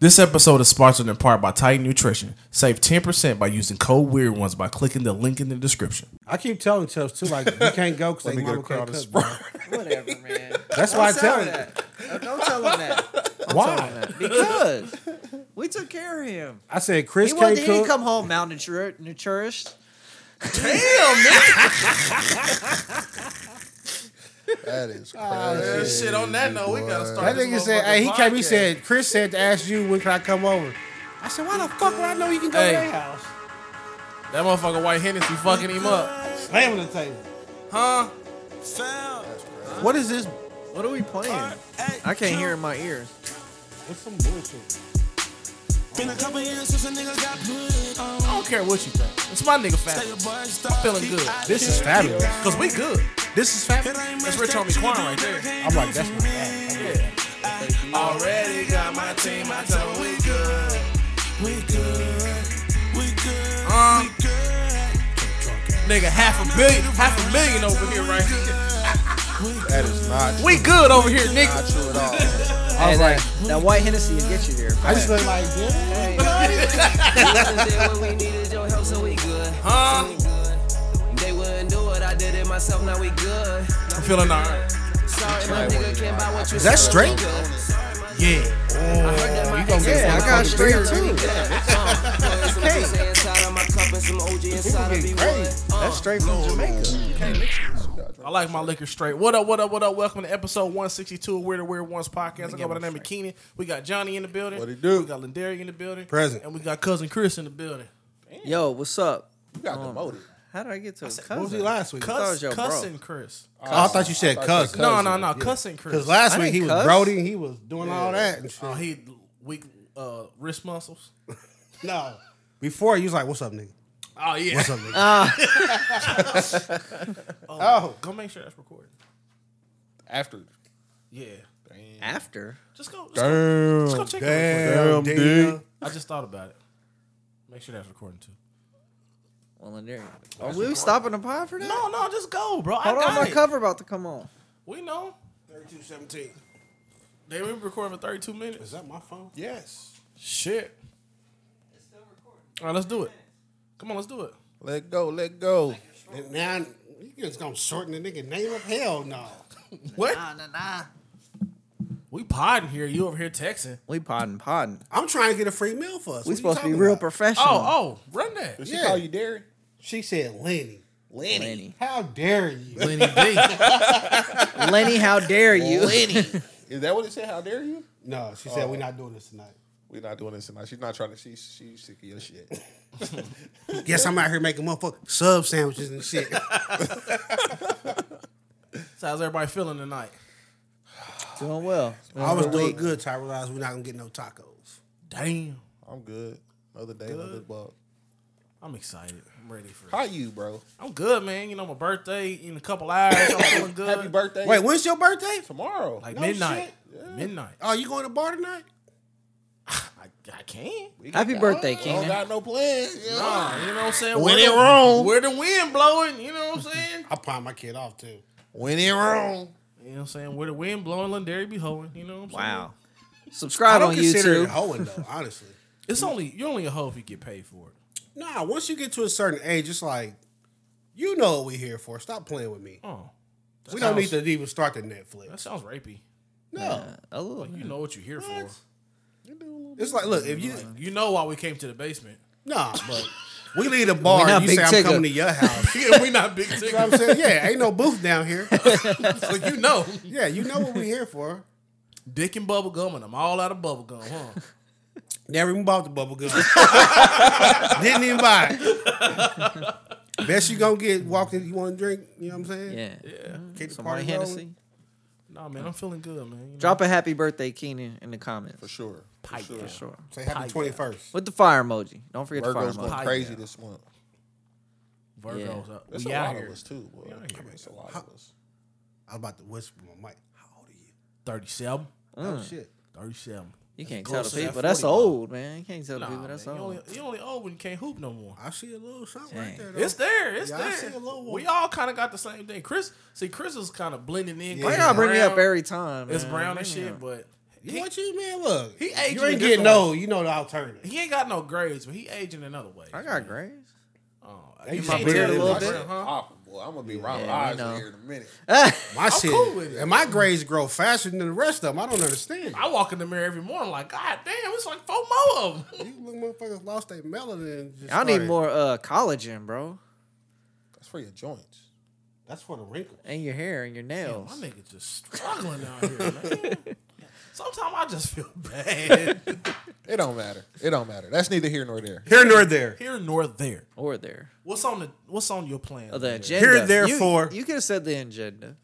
This episode is sponsored in part by Titan Nutrition. Save 10% by using code Weird Ones by clicking the link in the description. I keep telling Chubbs too, like you can't go because they mama can't cook. bro. Whatever, man. That's why I tell him you. that. Uh, Don't tell him that. Why? Because we took care of him. I said Chris He, wasn't, can't he didn't cook. come home malnutri- malnourished. Damn, man. That is crazy. shit, on that note, we gotta boy. start- That nigga said, "Hey, he came." He said, "Chris said to ask you when can I come over." I said, "Why the fuck would I know you can go Hey. to their house?" That motherfucker White Hennessy fucking him up. Slamming the table. Huh? What is this? What are we playing? I can't hear in my ears. What's some bullshit? Been a couple years since a nigga got put on. I don't care what you think. It's my nigga Say your fat. boy stop. Feeling good. This is fabulous. Cause we good. This is It fabulous. ain't That's much Rich Homie that you Quan do, right there. can't I'm like, that's my fat. Already got my team, I tell we good. We good. We good. Uh, We good. nigga, half a billion, half a million over here, right? That is not We good over here, nigga. not true at all. I was like, that, that white Hennessy will get you there. I just look like this. we needed your help, so we good. Huh? They wouldn't do it, I did it myself, now we good. I'm feeling alright. Sorry, my nigga can't buy what you Is that sell, straight? so good. Yeah. you Yeah, I got straight too. Hey. Inside of my cup and some OG inside of me. That's straight from Jamaica. I like my liquor straight. What up, what up, what up? Welcome to episode 162 of Weird to Weird Ones podcast. I go by the name of Keenan. We got Johnny in the building. What it do? We got Lindari in the building. Present. And we got cousin Chris in the building. Yo, what's up? Um, You got demoted. How did I get to a cousin? What was he last week? thought it Cuss, was your bro. cussing Chris. Oh, I thought you said thought you cousin. said No, Cousin, no, no, yeah. cussing Chris. Because last I week ain't he was cuss. Brody and he was doing all that and shit. Oh, he weak uh, wrist muscles. No. Before he was like, "What's up, nigga? Oh yeah. What's up, nigga?" Ah. Oh, go make sure that's recorded. After. Yeah. After? Just go. Just go. Damn. Let's go check it real Damn, dude. I just thought about it. Make sure that's recording too. Well, in there. Oh, Are we stopping the pod for that? No, no, just go, bro. I Hold on, got my it. cover about to come on. We know. 3217. They been recording for 32 minutes. Is that my phone? Yes. Shit. All right, let's do it. Come on, let's do it. Let go. Let go. And now you just gonna shorten the nigga name up? Hell no. What? Nah, nah, nah. We podding here. You over here texting. We podding, podding. I'm trying to get a free meal for us. What We you supposed to be talking real about? professional. Oh, oh, run that. Did she Yeah. call you Derry? She said Lenny. Lenny. Lenny. How dare you? Lenny D. how dare you? Lenny. Is that what it said? How dare you? No, she said we're not doing this tonight. We're not doing this tonight. She's not trying to. She she's sick of your shit. Guess I'm out here making motherfucking sub sandwiches and shit. so how's everybody feeling tonight? Doing well. I was doing good till I realized we're not gonna get no tacos. Damn. I'm good. Another day, another bug. I'm excited. I'm ready for it. How you, bro? I'm good, man. You know, my birthday in a couple hours. I'm feeling good. Happy birthday. Wait, when's your birthday? tomorrow. Like No midnight. shit. Yeah. Uh, Midnight. Oh, you going to bar tonight? I, I can. Happy birthday, I don't Keenan. got no plans. You know? Nah, you know what I'm saying? When Where it the- wrong. Where the wind blowing, you know what I'm saying? I pawn my kid off too. When it wrong. You know what I'm saying? Where the wind blowing, Lundary be hoeing, you know what I'm saying? Wow. Subscribe on consider it YouTube. hoeing though, honestly. It's only, you're only a hoe if you get paid for it. Nah, once you get to a certain age, it's like, you know what we're here for. Stop playing with me. Oh, we don't need sounds- to even start the that Netflix. sounds rapey. No. A little. You know what you're here for. It's like, look, if you You know why we came to the basement. nah, but we leave the bar We and not you big say I'm ticket. coming to your house. you we not big know tickets. what I'm saying? Yeah, ain't no booth down here. so you know. Yeah, you know what we're here for. Dick and bubble gum, and I'm all out of bubble gum, huh? Never even bought the bubble gum. Didn't even buy it. Best you gonna get walked in you want to drink, you know what I'm saying? Yeah. Get the Some party White Mm-hmm. Hennessy. rolling. nah, man, I'm feeling good, man. You know, Drop a happy birthday, Keenan, in the For comments. sure. For Pipe sure. down. For sure. Say happy Tight. twenty first. With the fire emoji. Don't forget the Virgo's fire emoji. going Pipe crazy down. this month. Virgo's up. That's we a out lot of here. us too, boy. We out here. That's a lot of us. I was about to whisper my mic. How old are you? 37. Oh shit. 37. You can't Close to tell the that people. That's 40 mark. old, man. You can't tell the Nah, people man, that's you, only, old. you only old when you can't hoop no more. I see a little something right there. Dang. Though. It's there. It's Yeah, I there. see a little one. We all kind of got the same thing. Chris, see, Chris is kind of blending in. Yeah. Why Chris y'all is bring me up brown. every time? It's man? brown and Bring me shit, up. but You what you man? Look, he aging you a ain't different getting no. You know the alternative. He ain't got no grades, but he aging another way. I got grays. Oh, Hey, you my can't beard tell a the little difference, bit. huh? Awful, boy. I'm gonna be Robert Yeah, you Osley know. here in a minute. My shit. cool with it. And my grades grow faster than the rest of them. I don't understand. I walk in the mirror every morning like, God damn, it's like four more of them. You little motherfuckers lost their melanin. And just I need started- more uh, collagen, bro, That's for your joints. That's for the wrinkles. and your hair and your Damn, Oh, my nails. nigga just struggling out here, man. Sometimes I just feel bad. It don't matter. It don't matter. That's neither here nor there. Here nor there. Here nor there. Or there. What's on the what's on your plan? Oh, the man? agenda. Here, therefore- You, you could have said the agenda.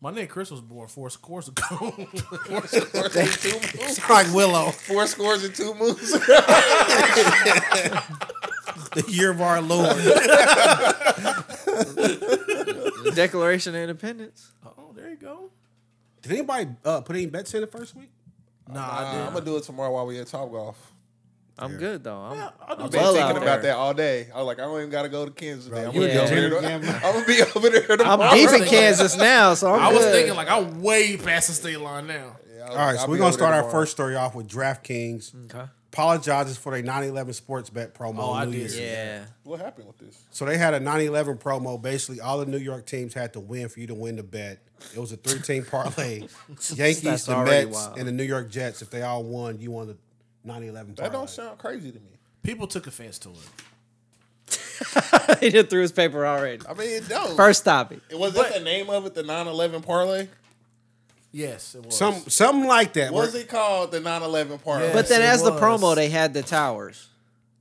My nigga Chris was born four scores ago. Four scores and two moves. Like Willow, Four scores and two moves. the year of our Lord. The Declaration of Independence. oh, there you go. Did anybody uh, put any bets in the first week? Nah, I I'm didn't. gonna do it tomorrow while we at Top Golf. I'm good though. I'm, Yeah, I'll do that. I'm Been well out thinking about there. that all day. I was like, I don't even gotta go to Kansas today. I'm, you gonna a be over gambler. there. I'm gonna be over there tomorrow. I'm deep in Kansas now, so I'm I was good. thinking like I'm way past the state line now. Yeah, I'll- All right, I'll so we're gonna be over there start our tomorrow. first story off with DraftKings. Okay. Apologizes for their 9/11 sports bet promo. Mm. Oh, on I New did Year's. see Yeah. What happened with this? So they had a 9/11 promo. Basically, all the New York teams had to win for you to win the bet. It was a three-team parlay: Yankees, That's the already Mets, wild. and the New York Jets. If they all won, you won the 9/11 parlay. That don't sound crazy to me. People took offense to it. he just threw his paper already. I mean, it don't. First topic. It was But- that the name of it, the 9/11 parlay. Yes, it was. Some something like that. Was it called the 9/11 parlay? Yeah. But then it as the was. promo, they had the towers.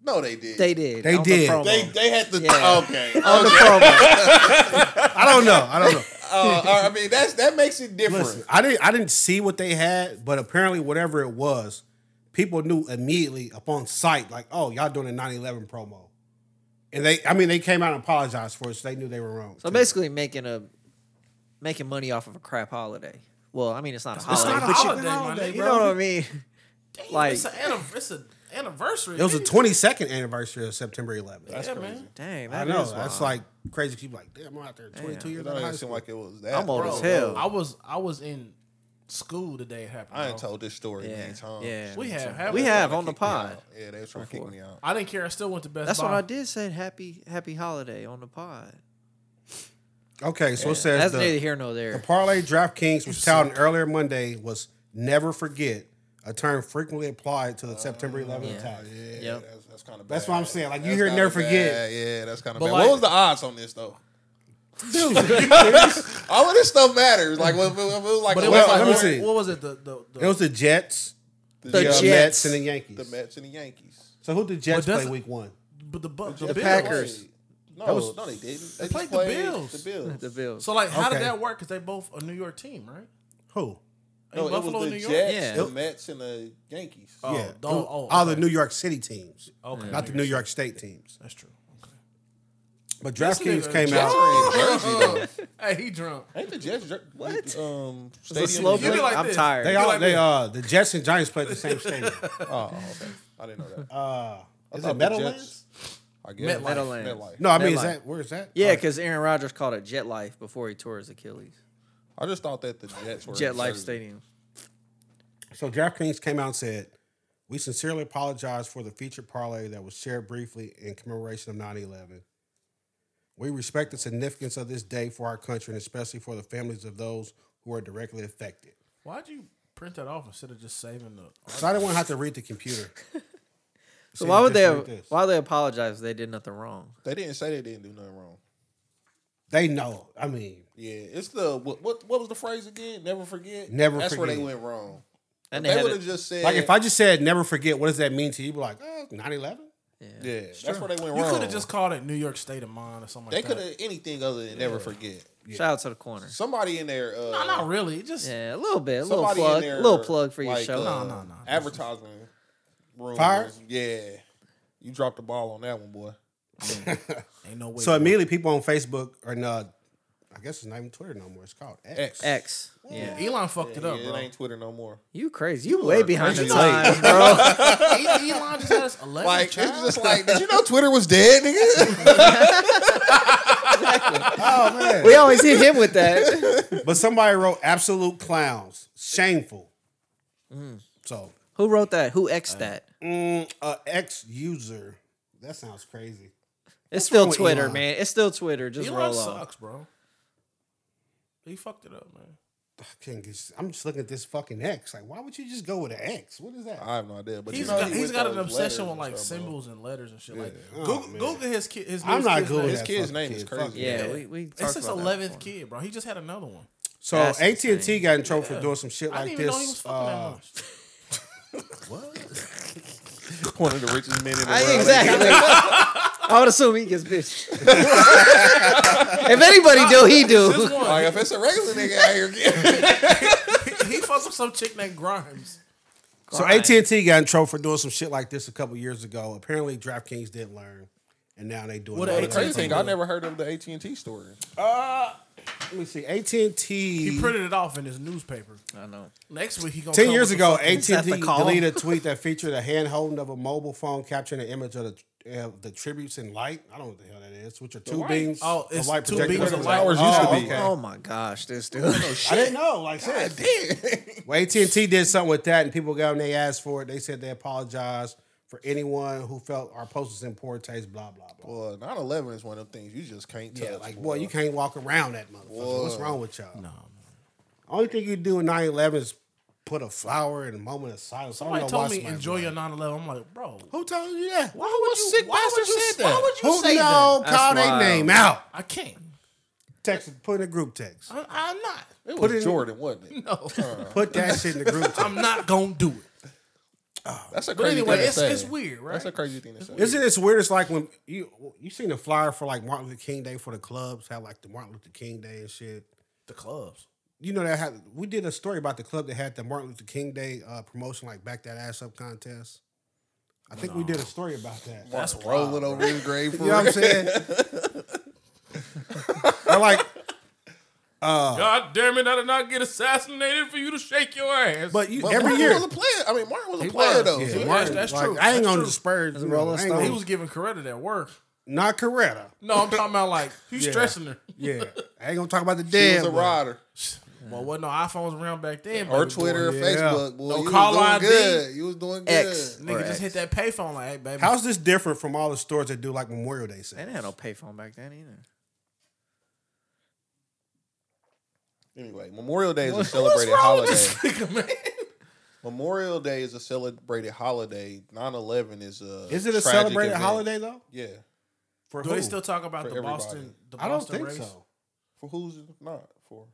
no, they did. They did. They on did. The promo. They they had to. oh, Yeah. Okay. on the oh, promo. I don't know. I don't know. Uh, I mean, that's that makes it different. Listen, I didn't I didn't see what they had, but apparently whatever it was, people knew immediately upon sight, like, oh, y'all doing a 9-11 promo. And they I mean they came out and apologized for it, so they knew they were wrong. So basically, making a making money off of a crap holiday. Well, I mean, it's not a it's holiday, not a but you- holiday, my holiday, nigga. you, know what I mean. Damn, like- it's an anniv- it's an anniversary. it was the nigga. twenty second anniversary of September eleventh. that's Yeah, crazy. man. Dang, I that know. is That's wild. like crazy people like, damn, I'm out there twenty two It years don't old. high even seem school. like it was that. I'm old bro. as hell. I was I was in school the day it happened. I ain't bro. told this story yeah, many times. yeah. We me have, too. haven't we we? have on the Kicked me pod. out. Yeah, they was trying to kick me out. I didn't care. I still went to Best That's Buy. what I did. Said happy happy holiday on the pod. Okay, so it says That's the, neither here nor The there. parlay DraftKings was touting earlier Monday was never forget, a term frequently applied to the September 11th yeah. attack. Yeah, Yep. that's, that's kind of. That's what I'm saying, like, you hear kinda never forget. bad. Yeah, that's kind of But bad. like- what was the odds on this though? All of this stuff matters. Like, what, what, what, was like, But a it was Well, like, let me what, see. what was it? The the, the It was the Jets, the, uh, The the Jets. Mets, and the Yankees. the Mets, and the Yankees. So who did Jets But does play it- week one? but the, Bu- the, They Bills. Packers. played- No, was- no, they didn't. They, just played the Bills. The Bills. The Bills. So like, how did Okay. that work? Because they both a New York team, right? Who? No, Ain't it Buffalo, was New the York. Jets, Yeah. the Mets, and the Yankees. Oh, yeah, the- who- oh, all the okay. Oh, New York City teams, Okay, not the New York State teams. That's true. Okay. But This DraftKings nigga came Jets out. Are in Jersey, though. Oh, Hey, he drunk. Ain't the Jets jer- What? Um, It's a stadium slow in Jersey? blink. like I'm this. tired. They You all like they me? uh the Jets and Giants played the same stadium. Oh, okay. I didn't know that. Uh, is thought it the Meadowlands? Jets- I guess MetLife. Meadowlands. MetLife. No, I mean They're is like- that where is that? yeah, because Aaron Rodgers called it Jet Life before he tore his Achilles. I just thought that the Jets were in Jet Life Jersey. Stadium. So DraftKings came out and said, We sincerely apologize for the featured parlay that was shared briefly in commemoration of 9 11. We respect the significance of this day for our country and especially for the families of those who are directly affected. Why'd you print that off instead of just saving the? So I didn't want to have to read the computer. So why would they? just like this. Why would they apologize? if They did nothing wrong. They didn't say they didn't do nothing wrong. They know. I mean, Yeah, it's the what what, what was the phrase again? Never forget. Never That's where they forget. went wrong. And they they had would a, have just said like if I just said never forget, what does that mean to you? You'd be like, "Oh, 9 11? yeah. Yeah, that's where they went You wrong. could have just called it New York State of Mind or something They like could that. have anything other than never forget. Shout out to the corner. Somebody in there. Uh, No, not really. It Just Yeah, a little bit, a little somebody plug, in there. a little plug for your like, show. uh, no, no. Advertisement room. Fire? Yeah, you dropped the ball on that one, boy. ain't no way. So immediately people on Facebook or no, I guess it's not even Twitter no more. It's called X. X. X. Yeah. Elon fucked it Yeah, up, it bro. ain't Twitter no more. You crazy. You, way are behind the crazy. times, bro. E- Elon just had us eleven. Like it's child. just like, did you know Twitter was dead, nigga? Oh man. we always hit him with that. But somebody wrote absolute clowns. Shameful. So Who wrote that? Who X'd that? mm, a ex user. That sounds crazy. It's still wrong with Twitter, Elon? man. It's still Twitter. Just Elon roll on. sucks, bro. He fucked it up, man. I can't get, I'm just looking at this fucking X. Like, why would you just go with an X? What is that? I have no idea. But He's you know, got, he he's with got an those obsession letters with and like stuff, bro. symbols and letters and shit. Like Oh, Google, man. Google his kid. His I'm newest not kid's good name. with His that kid's fucking name is kid. crazy. Fuck Yeah, Yeah. we we. talked It's his about that eleventh before. kid, bro. He just had another one. So That's AT and T insane. got in trouble for doing some shit I like didn't even know he was this. fucking that Uh, much. One of the richest men in the I- world. exactly. I would assume he gets bitch. if anybody do, he This do. one, Like if it's a regular nigga out here, getting- he fucked up some chick named Grimes. so AT and T got in trouble for doing some shit like this a couple years ago. Apparently, DraftKings didn't learn, and now they doing. What it all AT&T? the time. crazy thing, I never heard of the AT and T story. Let me see. AT and He T. printed it off in his newspaper. I know. Next week he gonna Ten come years with ago, the fucking- AT that and T the column? deleted a tweet that featured a hand holding of a mobile phone capturing an image of the, uh, the tributes in light. I don't know what the hell that is. Which are two beams. Oh, of it's light two projected beams from of the- light. Ours used Oh, to be. Oh, okay. Oh my gosh, this dude. I didn't know. Like, shit. Well, AT&T did something with that, and people got on their ass for it. They said they apologized for anyone who felt our post was in poor taste, blah, blah, blah. Well, 9-11 is one of them things you just can't touch. yeah, like, boy, you can't walk around that motherfucker. What's Boy. wrong with y'all? No, man. Only thing you do in 9-11 is put a flower in a moment of silence. I somebody don't know why told me somebody enjoy would. your 9/11. I'm like, bro, Who told you that? why would you? sick Why would bastard you? said Why that? would you Who say no, that? That's call their wild. name out. I can't. Text, it, put in a group text. I, I'm not. It Put it in- was Jordan, wasn't it? No, Put that shit in the group text. I'm not gonna do it. That's a But crazy anyway, thing to it's, say. it's weird, right? That's a crazy thing to say. Isn't it as weird as like when you you seen the flyer for like Martin Luther King Day for the clubs, how like the Martin Luther King Day and shit. the clubs. You know that had, we did a story about the club that had the Martin Luther King Day uh, promotion, like back that ass up contest. I think we did a story about that. That's rolling wild. over his grave for You know what I'm saying? or like, God damn it! I did not get assassinated for you to shake your ass. but you But every Martin year, was a player. I mean, Martin was a He player was. though. Yeah, So Martin- that's like, true. I ain't That's gonna true. disparage. You know, Rolling I ain't Stone. he gonna- was giving Coretta at work. not Coretta. No, I'm talking about like you Yeah. stressing her. Yeah, I ain't gonna talk about the He dead. was a but- rider. Well, what no iPhones around back then? Or baby Oh, boy. Twitter or yeah. Facebook. Boy, No you was call doing ID. good. You was doing good. X. Nigga Or just hit X. that payphone like, hey baby. How's this different from all the stores that do like Memorial Day They sales? didn't have no payphone back then either. Anyway, Memorial Day is a What's celebrated wrong with holiday. this nigga, man? Memorial Day is a celebrated holiday. 9-11 is a Is it a tragic celebrated event. holiday though? Yeah. For Do who? they still talk about For the everybody. Boston? The I Boston don't think race? so. For who's it not for?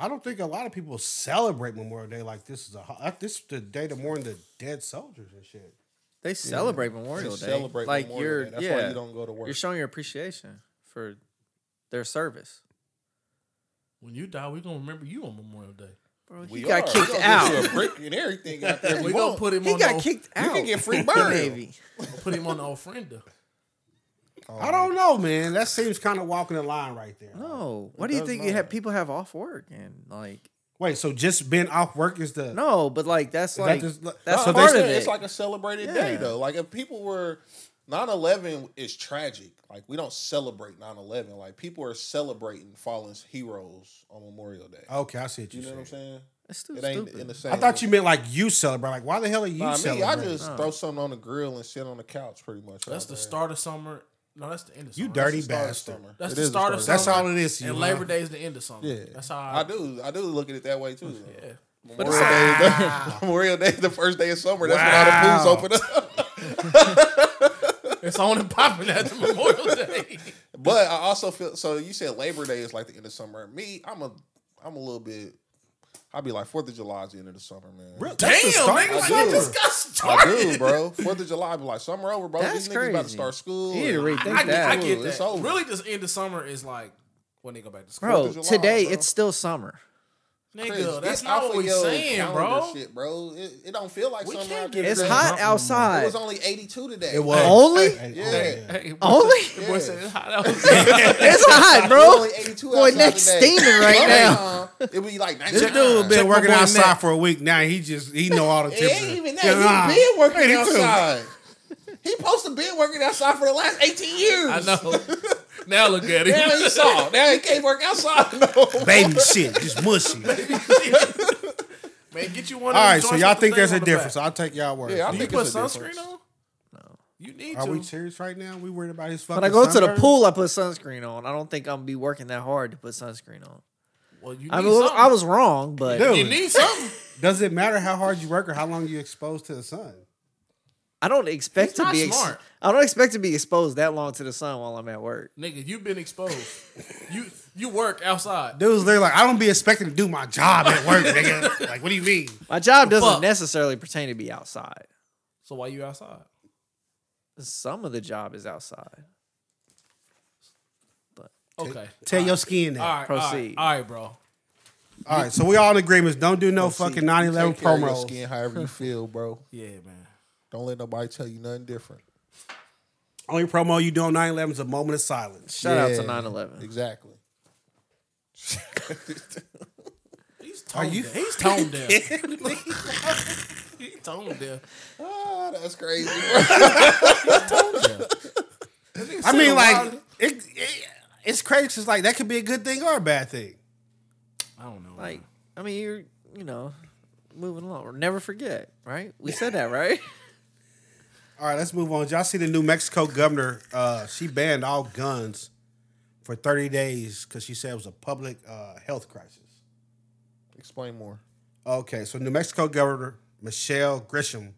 I don't think a lot of people celebrate Memorial Day like this is a ho- like, this is the day to mourn the dead soldiers and shit. They celebrate Memorial They Day. celebrate like Memorial you're, Day. That's yeah, why you don't go to you're work. showing your appreciation for their service. When you die, we gonna remember you on Memorial Day. Bro, he We got are. kicked We gonna give out. you a brick and everything out there. We gonna put him He on. got the- kicked out. You can get free the burial. Navy. Put him on the ofrenda. Oh. I don't know, man. That seems kind of walking the line right there. No, why do you does think not. you have people have off work and like Wait, so just being off work is the no, but like that's like just- that's so they part of said it. It's like a celebrated day, Yeah. though. Like if people were 9-11 is tragic. Like we don't celebrate 9-11. Like people are celebrating fallen heroes on Memorial Day. Okay, I see what you you, know what I'm saying. saying? it's too It ain't Oh, stupid. in the same. I thought you meant like you celebrate. Like, why the hell are you Nah, me, I celebrating? Oh. just throw something on the grill and sit on the couch, pretty much. That's the out there. start of summer. No, that's the end of You summer. dirty Start of bastard. summer. That's It the is start of summer. That's all it is. to you, And huh? Labor Day is the end of summer. Yeah, that's how I do. I do look at it that way too. though. Yeah. Memorial Day, is the, Memorial Day, is the first day of summer. That's when all the pools open up. It's on and popping at the Memorial Day. But I also feel so. You said Labor Day is like the end of summer. Me, I'm a, I'm a little bit. I'll be like Fourth of July is the end of the summer, man. Real- Damn, that's the start nigga, like, of I I summer. do. just got I started. do, bro. Fourth of July, be like summer over, bro. That's These niggas about to crazy. start school. You need to and- rethink I, get, I that. get that. It's over. Really, this end of summer is like when they go back to school. bro, Fourth of July, today bro. it's still summer. Nigga, Chris, that's get not off what of we're your saying, calendar bro. Shit, bro. It, it don't feel like We summer. can't out get there, It's Yeah. Chris. hot It outside. was only 82 today. It was Only? Hey, Yeah. hey, Hey, boy, Only? the boy said it's hot out. It's hot, It was bro. only 82 Boy, outside neck's today. steaming right now. Uh, it would be like 99. This Been dude been working outside outside. for a week now. He just he know all the It temperatures. ain't even that. Yeah, nah. He been working 82. outside. He supposed to been working outside for the last 18 years. I know. Now look at Now it. he saw. Now he can't work outside. No. baby shit, just mushy. Baby Man, get you one. All of them right, so joints y'all with the think thing there's on a the difference? back. I'll take y'all word. for Yeah, I it. You think put it's a sunscreen difference. on? No. You need Are to. we serious right now? We worried about his fucking. When I go to the sunburn? pool, I put sunscreen on. I don't think I'm gonna be working that hard to put sunscreen on. well, you need I mean, well, something. I was wrong, but Dude. You need something. does it matter how hard you work or how long you exposed to the sun? I don't expect He's to not be. Ex- smart. I don't expect to be exposed that long to the sun while I'm at work. Nigga, you've been exposed. You you work outside. Dudes, they're like, I don't be expecting to do my job at work, nigga. Like, what do you mean? My job doesn't Fuck. necessarily pertain to be outside. So why you outside? Some of the job is outside. Okay. Tell your skin that. All right. Proceed. All right, all right bro. All right, so we all in agreement. Don't do no fucking 9 11 Take care of your promos. Skin, however you feel, bro. Yeah, man. Don't let nobody tell you nothing different. Only promo you do on 9 11 is a moment of silence. Shout out Yeah. to 9/11. Exactly. He's tone you deaf. He's tone deaf. He's tone deaf. Ah, that's crazy. I mean, like, it, it, it's crazy. It's like that could be a good thing or a bad thing. I don't know. Like, I mean, you're you know moving along. Never forget, right? We said that, right? All right, let's move on. Did Y'all see the New Mexico governor? Uh, she banned all guns for 30 days because she said it was a public uh, health crisis. Explain more. Okay, so New Mexico governor Michelle Grisham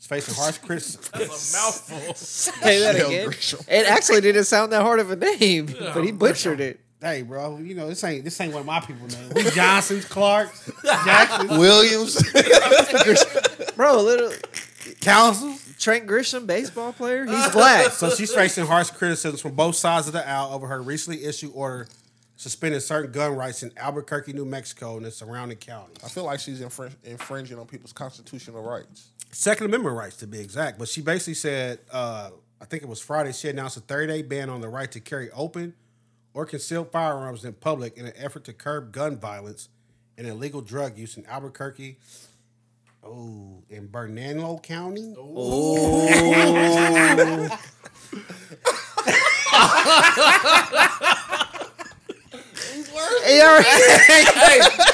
is facing harsh criticism. That's a mouthful. Say that Michelle again. Grisham. It actually didn't sound that hard of a name, but he Grisham. butchered it. hey, bro, you know this ain't this ain't one of my people, man. We Johnsons, Clarks, Jacksons, Williams. Bro, little Councils. Trent Grisham, baseball player. He's black. So she's facing harsh criticism from both sides of the aisle over her recently issued order suspending certain gun rights in Albuquerque, New Mexico, and the surrounding counties. I feel like she's infring- infringing on people's constitutional rights. Second Amendment rights, to be exact. But she basically said, uh, I think it was Friday, she announced a 30 day ban on the right to carry open or concealed firearms in public in an effort to curb gun violence and illegal drug use in Albuquerque. Oh, in Bernalillo County? He already,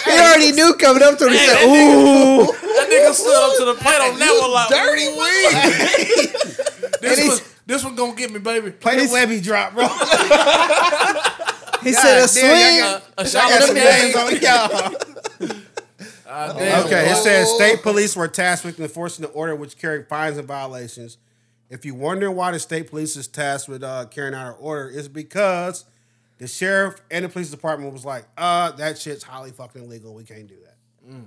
he already knew coming up to him. He said, "Ooh," That nigga stood up to the plate on that one like Dirty wig. This And one, he's- this one gonna get me, baby. Play the Webby drop, bro. he said a damn, swing. uh, A shot Got of some lemonade. names on y'all. Ah, damn. Okay, it says state police were tasked with enforcing the order, which carried fines and violations. If you're wondering why the state police is tasked with uh, carrying out an order, it's because the sheriff and the police department was like, "Uh, that shit's highly fucking illegal. We can't do that." Mm.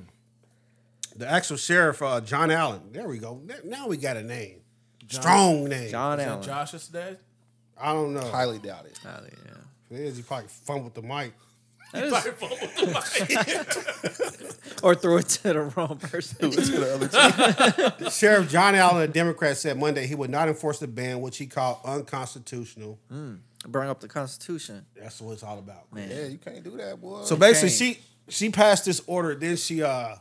The actual sheriff, uh, John Allen. There we go. N- Now we got a name, strong name. John Is that Allen. Josh's dad. I don't know. Highly doubt it. Allen, yeah. It is. He probably fumbled the mic. That is- or threw it to the wrong person. Sheriff John Allen, a Democrat, said Monday he would not enforce the ban, which he called unconstitutional. Bring up the Constitution. That's what it's all about. Yeah, you can't do that, boy. So basically, she she passed this order. Then she uh,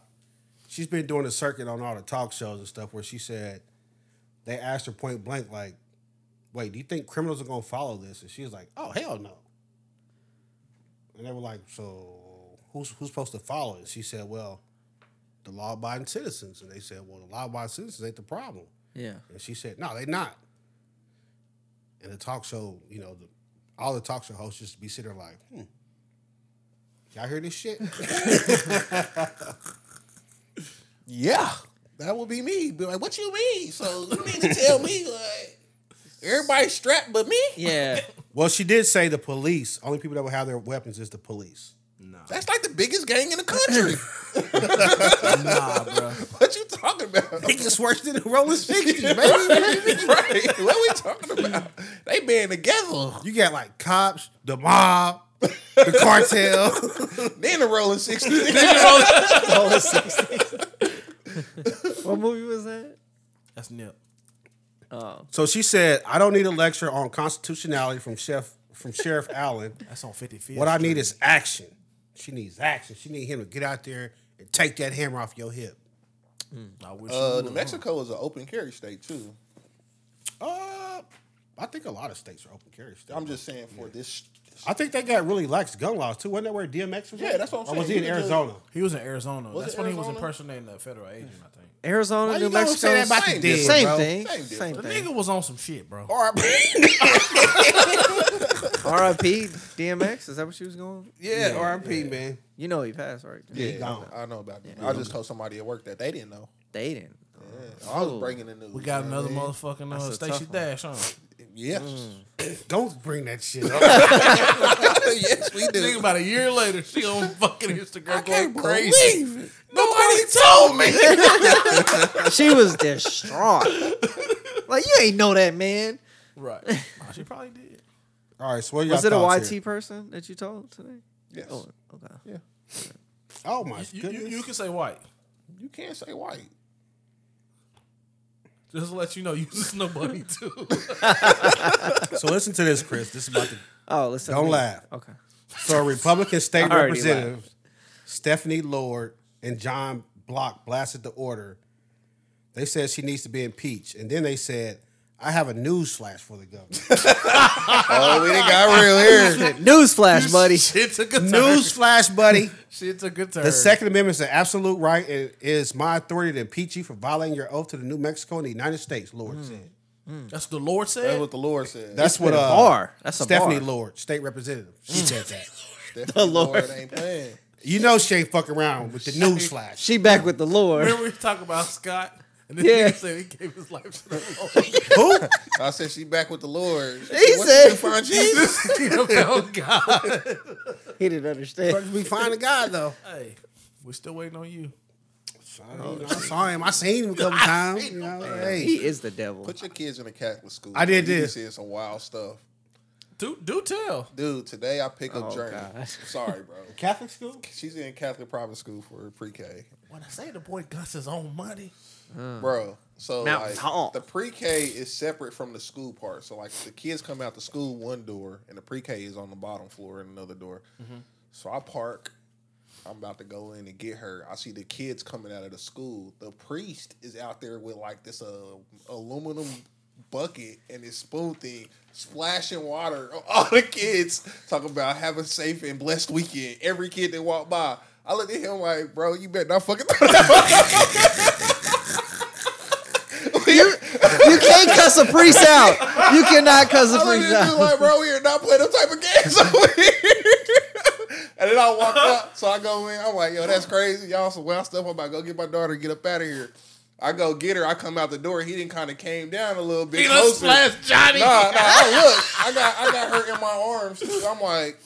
she's been doing a circuit on all the talk shows and stuff where she said they asked her point blank, like, "Wait, do you think criminals are gonna follow this?" And she was like, "Oh hell no." And they were like, "So who's who's supposed to follow it?" She said, "Well, the law-abiding citizens." And they said, "Well, the law-abiding citizens ain't the problem." Yeah. And she said, "No, they not." And the talk show, you know, the, all the talk show hosts just be sitting there like, "Hmm, y'all hear this shit?" yeah, that would be me. Be like, what you mean? So you mean to tell me like everybody's strapped but me? Yeah. well, she did say the police. Only people that will have their weapons is the police. That's like the biggest gang in the country. Nah, bro. what you talking about? It's worse than the Rolling Sixties, right? What we talking about? They been together. You got like cops, the mob, the cartel. Then the rolling sixties. what movie was that? Oh. That's nip. so she said, "I don't need a lecture on constitutionality from Chef from Sheriff Allen. That's on 50 What I need is action. She needs action. She needs him to get out there and take that hammer off your hip." I wish Uh, you New would. Mexico is an open carry state too. Uh, I think a lot of states are open carry states. I'm just saying for this I think they got really lax gun laws too. Wasn't that where DMX was? Yeah, at? that's what I'm Or was he saying. in You can just- Arizona? He was in Arizona. Was That's it when he was Arizona? impersonating that federal agent, I think. Arizona, Why New you gonna Mexico. say that about the same dead, bro? thing. Same Same The thing. nigga was on some shit, bro. R.I.P. DMX. Is that what she was going? Yeah, RIP man. You know he passed, right? He gone. I know about that. I just told somebody at work that they didn't know. They didn't. I was Ooh. bringing the news. We got you know another what I motherfucking mean? That's uh, a Stacey tough one. Dash, huh? Yes. Don't bring that shit up. yes, we Think do. about a year later, she on fucking Instagram going can't crazy. believe it. Nobody told me. She was distraught. like you ain't know that man. right. Oh, she probably did. All right, so what are Was y'all it a thoughts YT here? person that you told today? Yes. Oh, okay. Oh my You, you, goodness! you can say white. You can't say white. Just to let you know, you just nobody too. So listen to this, Chris. This is about to Oh, listen. to Don't me. laugh. Okay. So a Republican state I already representative Stephanie Lord and John Block blasted the order. They said she needs to be impeached, and then they said, "I have a news flash for the government." Oh, we didn't got real here. Newsflash, buddy. shit took a turn. news flash, buddy. Shit took a turn. The Second Amendment is an absolute right, and it is my authority to impeach you for violating your oath to the New Mexico and the United States. Lord said. That's what the Lord That's said. what the Lord said. That's what a uh, bar. That's a Stephanie bar. Lord, state representative. She said that. That's the Lord ain't playing. You know she ain't fucking around with the news flash. She back with the Lord. Remember we were talking about Scott, and then Yeah. he said he gave his life to the Who? I said she back with the Lord. She He "Once said- you find Jesus. Lord. He found God. He didn't understand. We find a guy though. Hey, we're still waiting on you. I saw him. I seen him a couple times. You know, hey. He is the devil. Put your kids in a Catholic school. I did You this. Seeing some wild stuff, Do do tell. dude. Today I pick up Oh, Journey. God. Sorry, bro. Catholic school? She's in Catholic private school for pre-K, When I say the boy got his own money, bro. So Now, like, how- the pre-K is separate from the school part. So like the kids come out the school one door, and the pre-K is on the bottom floor in another door. So I park. I'm about to go in and get her. I see the kids coming out of the school. The priest is out there with like this uh, aluminum bucket and his spoon thing, splashing water on all the kids. Talking about have a safe and blessed weekend. Every kid that walked by, I looked at him like, bro, you better not fucking. You can't cuss a priest out. You cannot cuss a I looked priest at you out. like, bro, we are not playing them type of games over here. and then I walk up, so I go in. I'm like, yo, that's crazy. Y'all some wild stuff. I'm about to go get my daughter, and get up out of here. I go get her. I come out the door. He didn't kind of came down a little bit. he done closer. slashed Johnny. Nah, nah. I look, I got, I got her in my arms too. I'm like,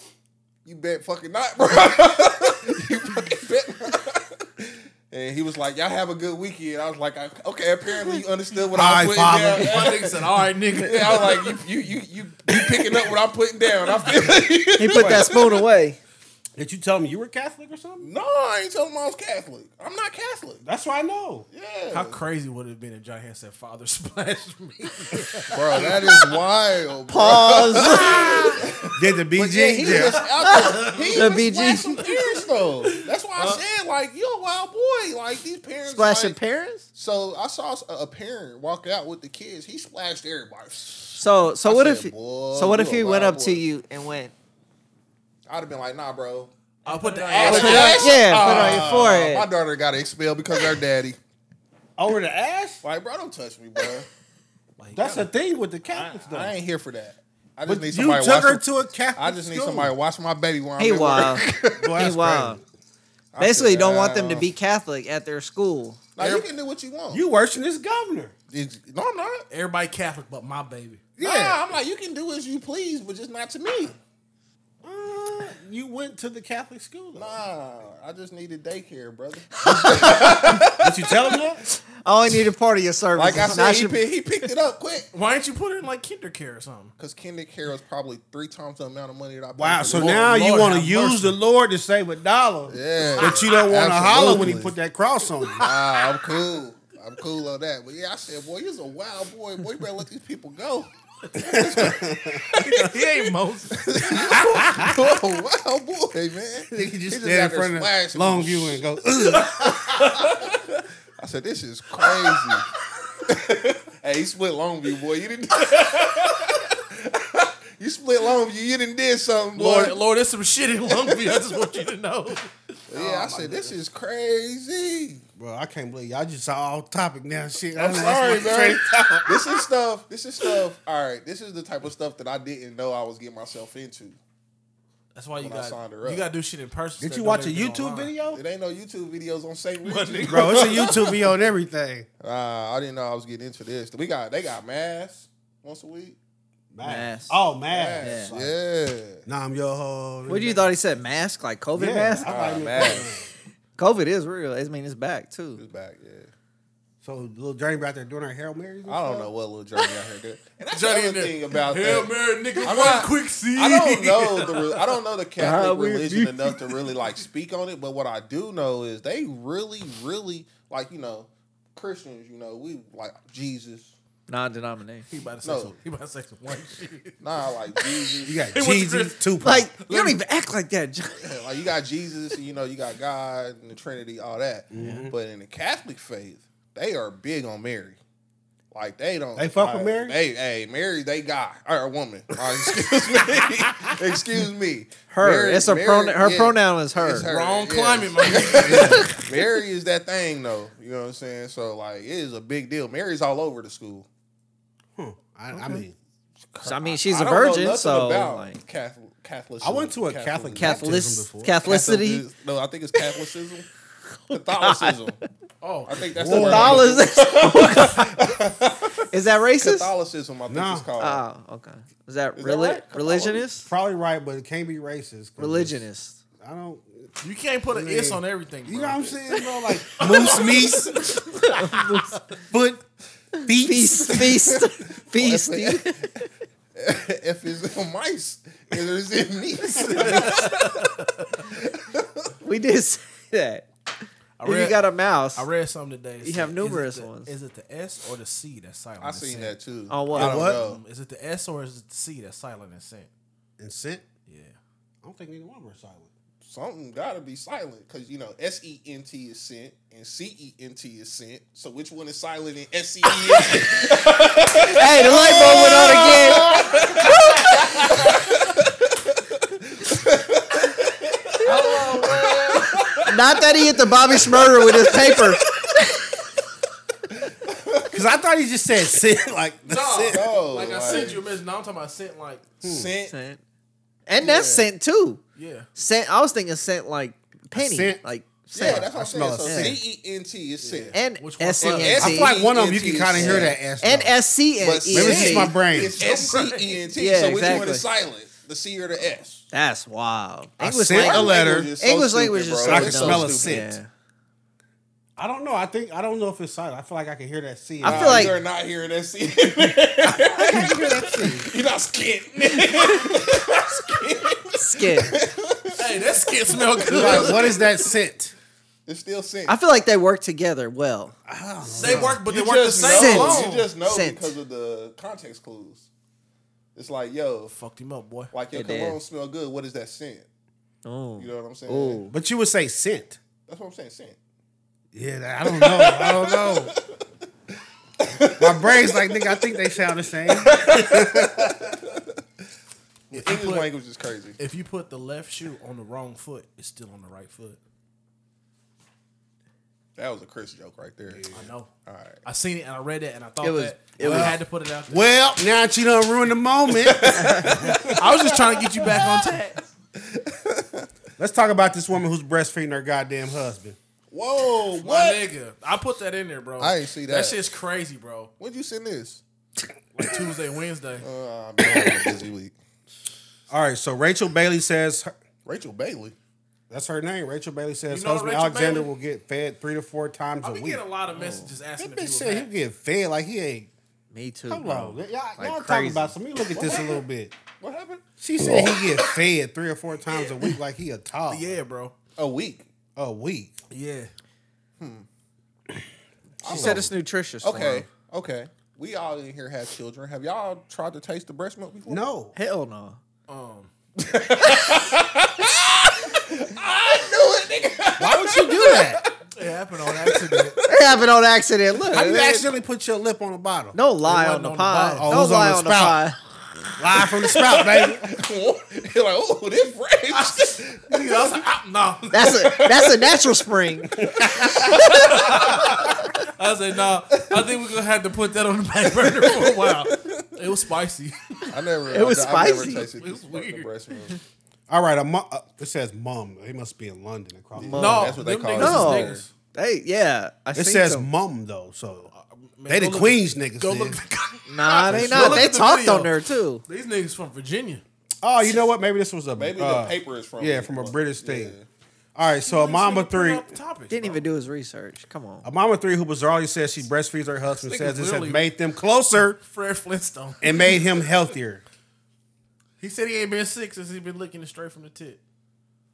you bet fucking not, bro. you fucking bet. Not. And he was like, "Y'all have a good weekend." I was like, I, "Okay, apparently you understood what I All was right, putting Father. down." One nigga said, "All right, nigga." Yeah, I was like, you, you, you, you, you picking up what I'm putting down. I feel you. He put that spoon away. Did you tell him you were Catholic or something? No, I ain't telling him I was Catholic. I'm not Catholic. That's why I know. Yeah, How crazy would it have been if John had said, "Father splashed me"? bro, that is wild. Bro. Pause. Did the BG? He yeah. was out there. He The was BG. slashing parents though. That's why I said, like, you a wild boy. Like these parents. Splashing like- parents. So I saw a a parent walk out with the kids. He splashed everybody. So so I what said, if "Boy, so what you if a he went wild up boy." to you and went I'd have been like, nah, bro. I'll put the put ass. it on, yeah put it on your Oh, My forehead. daughter got expelled because of her daddy. Over the ass? Like, bro, don't touch me, bro. That's the thing with the Catholics, though. I ain't here for that. I just but need you somebody took watching- her to a Catholic I just need school. somebody to watch my baby while I'm He at work. wild. Boy, He that's wild. crazy. Basically, you said, don't want them to uh, be Catholic at their school. Now you can do what you want. You worse than this governor. It's- no, I'm not. Everybody Catholic, but my baby. Yeah, Yeah. I'm like you can do as you please, but just not to me. Uh, you went to the Catholic school, though. Nah, I just needed daycare, brother. Did you tell him that? I only need a part of your service. Like I Not said, he, your- pi- he picked it up quick Why didn't you put her in like kindercare or something? because care was probably three times the amount of money that I. paid Wow, for so the- now you Lord want to have use mercy. the Lord to save a dollar. Yeah. But you don't want to holler when he Absolutely. put that cross on you. Nah, I'm cool. I'm cool on that. But yeah, I said, boy, you're a wild boy. Boy, you better let these people go. he ain't Moses. oh, wild boy, man. He just just stand out there in front of splashing. Longview and go, "Ugh." I said, this is crazy. hey, he split Longview, boy. You didn't. You split Longview. You didn't did something, boy. Lord, Lord, there's some shit in Longview. I just want you to know. yeah, I said this is crazy. Bro, I can't believe y'all just off topic now. Shit, I'm sorry, man. this is stuff. This is stuff. All right, this is the type of stuff that I didn't know I was getting myself into. That's why you When I signed her got up. you got to do shit in person. Did that you don't watch a ever do YouTube online. video? It ain't no YouTube videos on St. Regis. Bro, it's a YouTube video on everything. Uh, I didn't know I was getting into this. We got they got mass once a week. Mass. Oh, Mass, mass. yeah. Like, Nah, I'm your hoe. What do you thought he said? Mask, like COVID Yeah, mask. I Ah, like it. mass. COVID is real. I mean, it's back It's too. back. Yeah. So little Journey out there doing her Hail Marys? and I don't stuff? know what little Johnny out here did. And that's Johnny the in other there, thing about Hail that. Mary, nigga, I'm one not- quick seed. I don't know the re- I don't know the How Catholic we religion be- enough to really like speak on it, but what I do know is they really, really like you know Christians. You know we like Jesus. He Non-denomination. about to say No. some. He about to say some white shit. Nah, like Jesus. You got Hey, what's the Jeezy, Chris- Tupac. Like you don't even act like that. John. like you got Jesus, and, you know, you got God and the Trinity, all that. Mm-hmm. But in the Catholic faith, they are big on Mary. Like they don't. They fuck with like, Mary? They, hey, Mary, they got or a woman. Like, excuse me, excuse me. Her. Mary- it's her Mary- pronoun. Her yeah, pronoun is her. it's her, Wrong yeah. climate, my nigga. Mary is that thing though. You know what I'm saying? So like, it is a big deal. Mary's all over the school. Huh. I, I mean, So, I mean, she's I a don't know virgin, nothing so about like Catholic, Catholic. I went to a Catholic Catholic Baptism before. Catholicity. Catholic- No, I think it's Catholicism. Catholicism. Oh, I think that's the word. Catholicism. is that racist? Catholicism, I think No. it's called. Oh, okay. Is that, Is that reli- right? religionist? probably right, but it can't be racist. 'cause Religionist. it's- I don't. you can't put an is on everything. Bro. You know what I'm saying, bro? Like moose meats, foot, feet. Feast, feast, feast. if it's in mice, if it's in me. we did say that. I If read, you got a mouse. I read something today. that You said, have numerous is it the, ones. Is it the S or the C that's silent? I and seen sent? Um, that too. On what? I don't What? know. Is it the S or is it the C that's silent and sent? And scent. Yeah. I don't think neither one were silent. Something gotta be silent because you know S E N T is sent and C E N T is sent. So which one is silent in S E N T? hey, the light bulb went on again. Not that he hit the Bobby Schmurder with his paper. Because I thought he just said scent. Like scent. No, like I sent you a message. No, I'm talking about sent like Hmm. Sent. Scent. And that's scent too. yeah. Scent. I was thinking scent like penny, Scent. like scent. Yeah, that's what I I'm saying. smell So a scent. C E N T is sent. and Which one? S E I N I T feel like one of them you can T, kind of hear yeah. that ass. and though. S C N But E Maybe it's just my N T. brain. It's S C E N T. Yeah, So which one exactly. is silent? The C or the S? That's wild. I English sent a language. letter. is so English stupid, language is bro. so I can It's smell a dumb. scent. Yeah. I don't know. I think I don't know if it's silent. I feel like I can hear that scent. I Nah, feel like- you're not hearing that scene. you're not skint. Skin. Hey, that skin smell good. Like, what is that scent? It's still scent. I feel like they work together well. they work, but they You work the just same. know. Alone. You just know Scent. because of the context clues. It's like, yo, fucked him up, boy. like your It did. cologne smell good. What is that scent? Oh. You know what I'm saying? Ooh. But you would say scent. That's what I'm saying. Scent. Yeah, that- I don't know. I don't know. My brain's like, nigga, I think they sound the same. The English put- language is crazy. If you put the left shoe on the wrong foot, it's still on the right foot. That was a Chris joke right there. I know. All right. I seen it and I read it and I thought It was- that we it was- had to put it out there. Well, now that you done ruined the moment, I was just trying to get you back on tack. let's talk about this woman who's breastfeeding her goddamn husband. Whoa, My what? nigga, I put that in there, bro. I ain't see that. That shit's crazy, bro. When'd you send this? Like Tuesday, Wednesday. Uh, I've been having a busy week. All right, so Rachel Bailey says her, Rachel Bailey. that's her name. Rachel Bailey says You know husband Rachel Alexander Bailey? will get fed three to four times a Oh, I be week. getting a lot of messages asking That if you bitch was said back. he get fed like he ain't. Me too. Hold bro. on, y'all, y'all Like talking crazy. about some. Let me look at this a little bit. What happened? She said he get fed three or four times a week like he a toddler. Yeah, bro. A week. a week. Yeah. She said it's nutritious. for Okay. her. Okay. We all in here have children. Have y'all tried to taste the breast milk before? No, Hell no. Um, why would you do that? it happened on accident. It happened on accident. Look. How you it- accidentally put your lip on the bottle? No lie wasn't on the on the pod. bottle. Oh, it no was on lie the on the spout. pod. Live from the sprout, baby. You're like, oh, this fresh. You know, I was like, ah, no. That's a that's a natural spring. I said, no, I think we're going to have to put that on the back burner for a while. It was spicy. I never. It was I, I never spicy. tasted It was this fucking weird. breast milk. All right, a mu- uh, it says mum. He must be in London. Across Mum. no, Oh, that's what they them call niggas it. is No. niggas. Hey, yeah, I It seen says some. mum though, so Man, they go the look- Queens niggas. Go then. look. nah, they Go not. look They at the talked video. on there too. These niggas from Virginia. Oh, you know what? Maybe this was a Maybe uh, the paper is from. Yeah, it, from a but- British thing. yeah. All right, so a mama three, Topic, Didn't even do his research. Come on. a mama three who bizarrely says she breastfeeds her husband This nigga says this has literally- made them closer Fred Flintstone. and made him healthier. He said he ain't been sick since he been looking straight from the tip.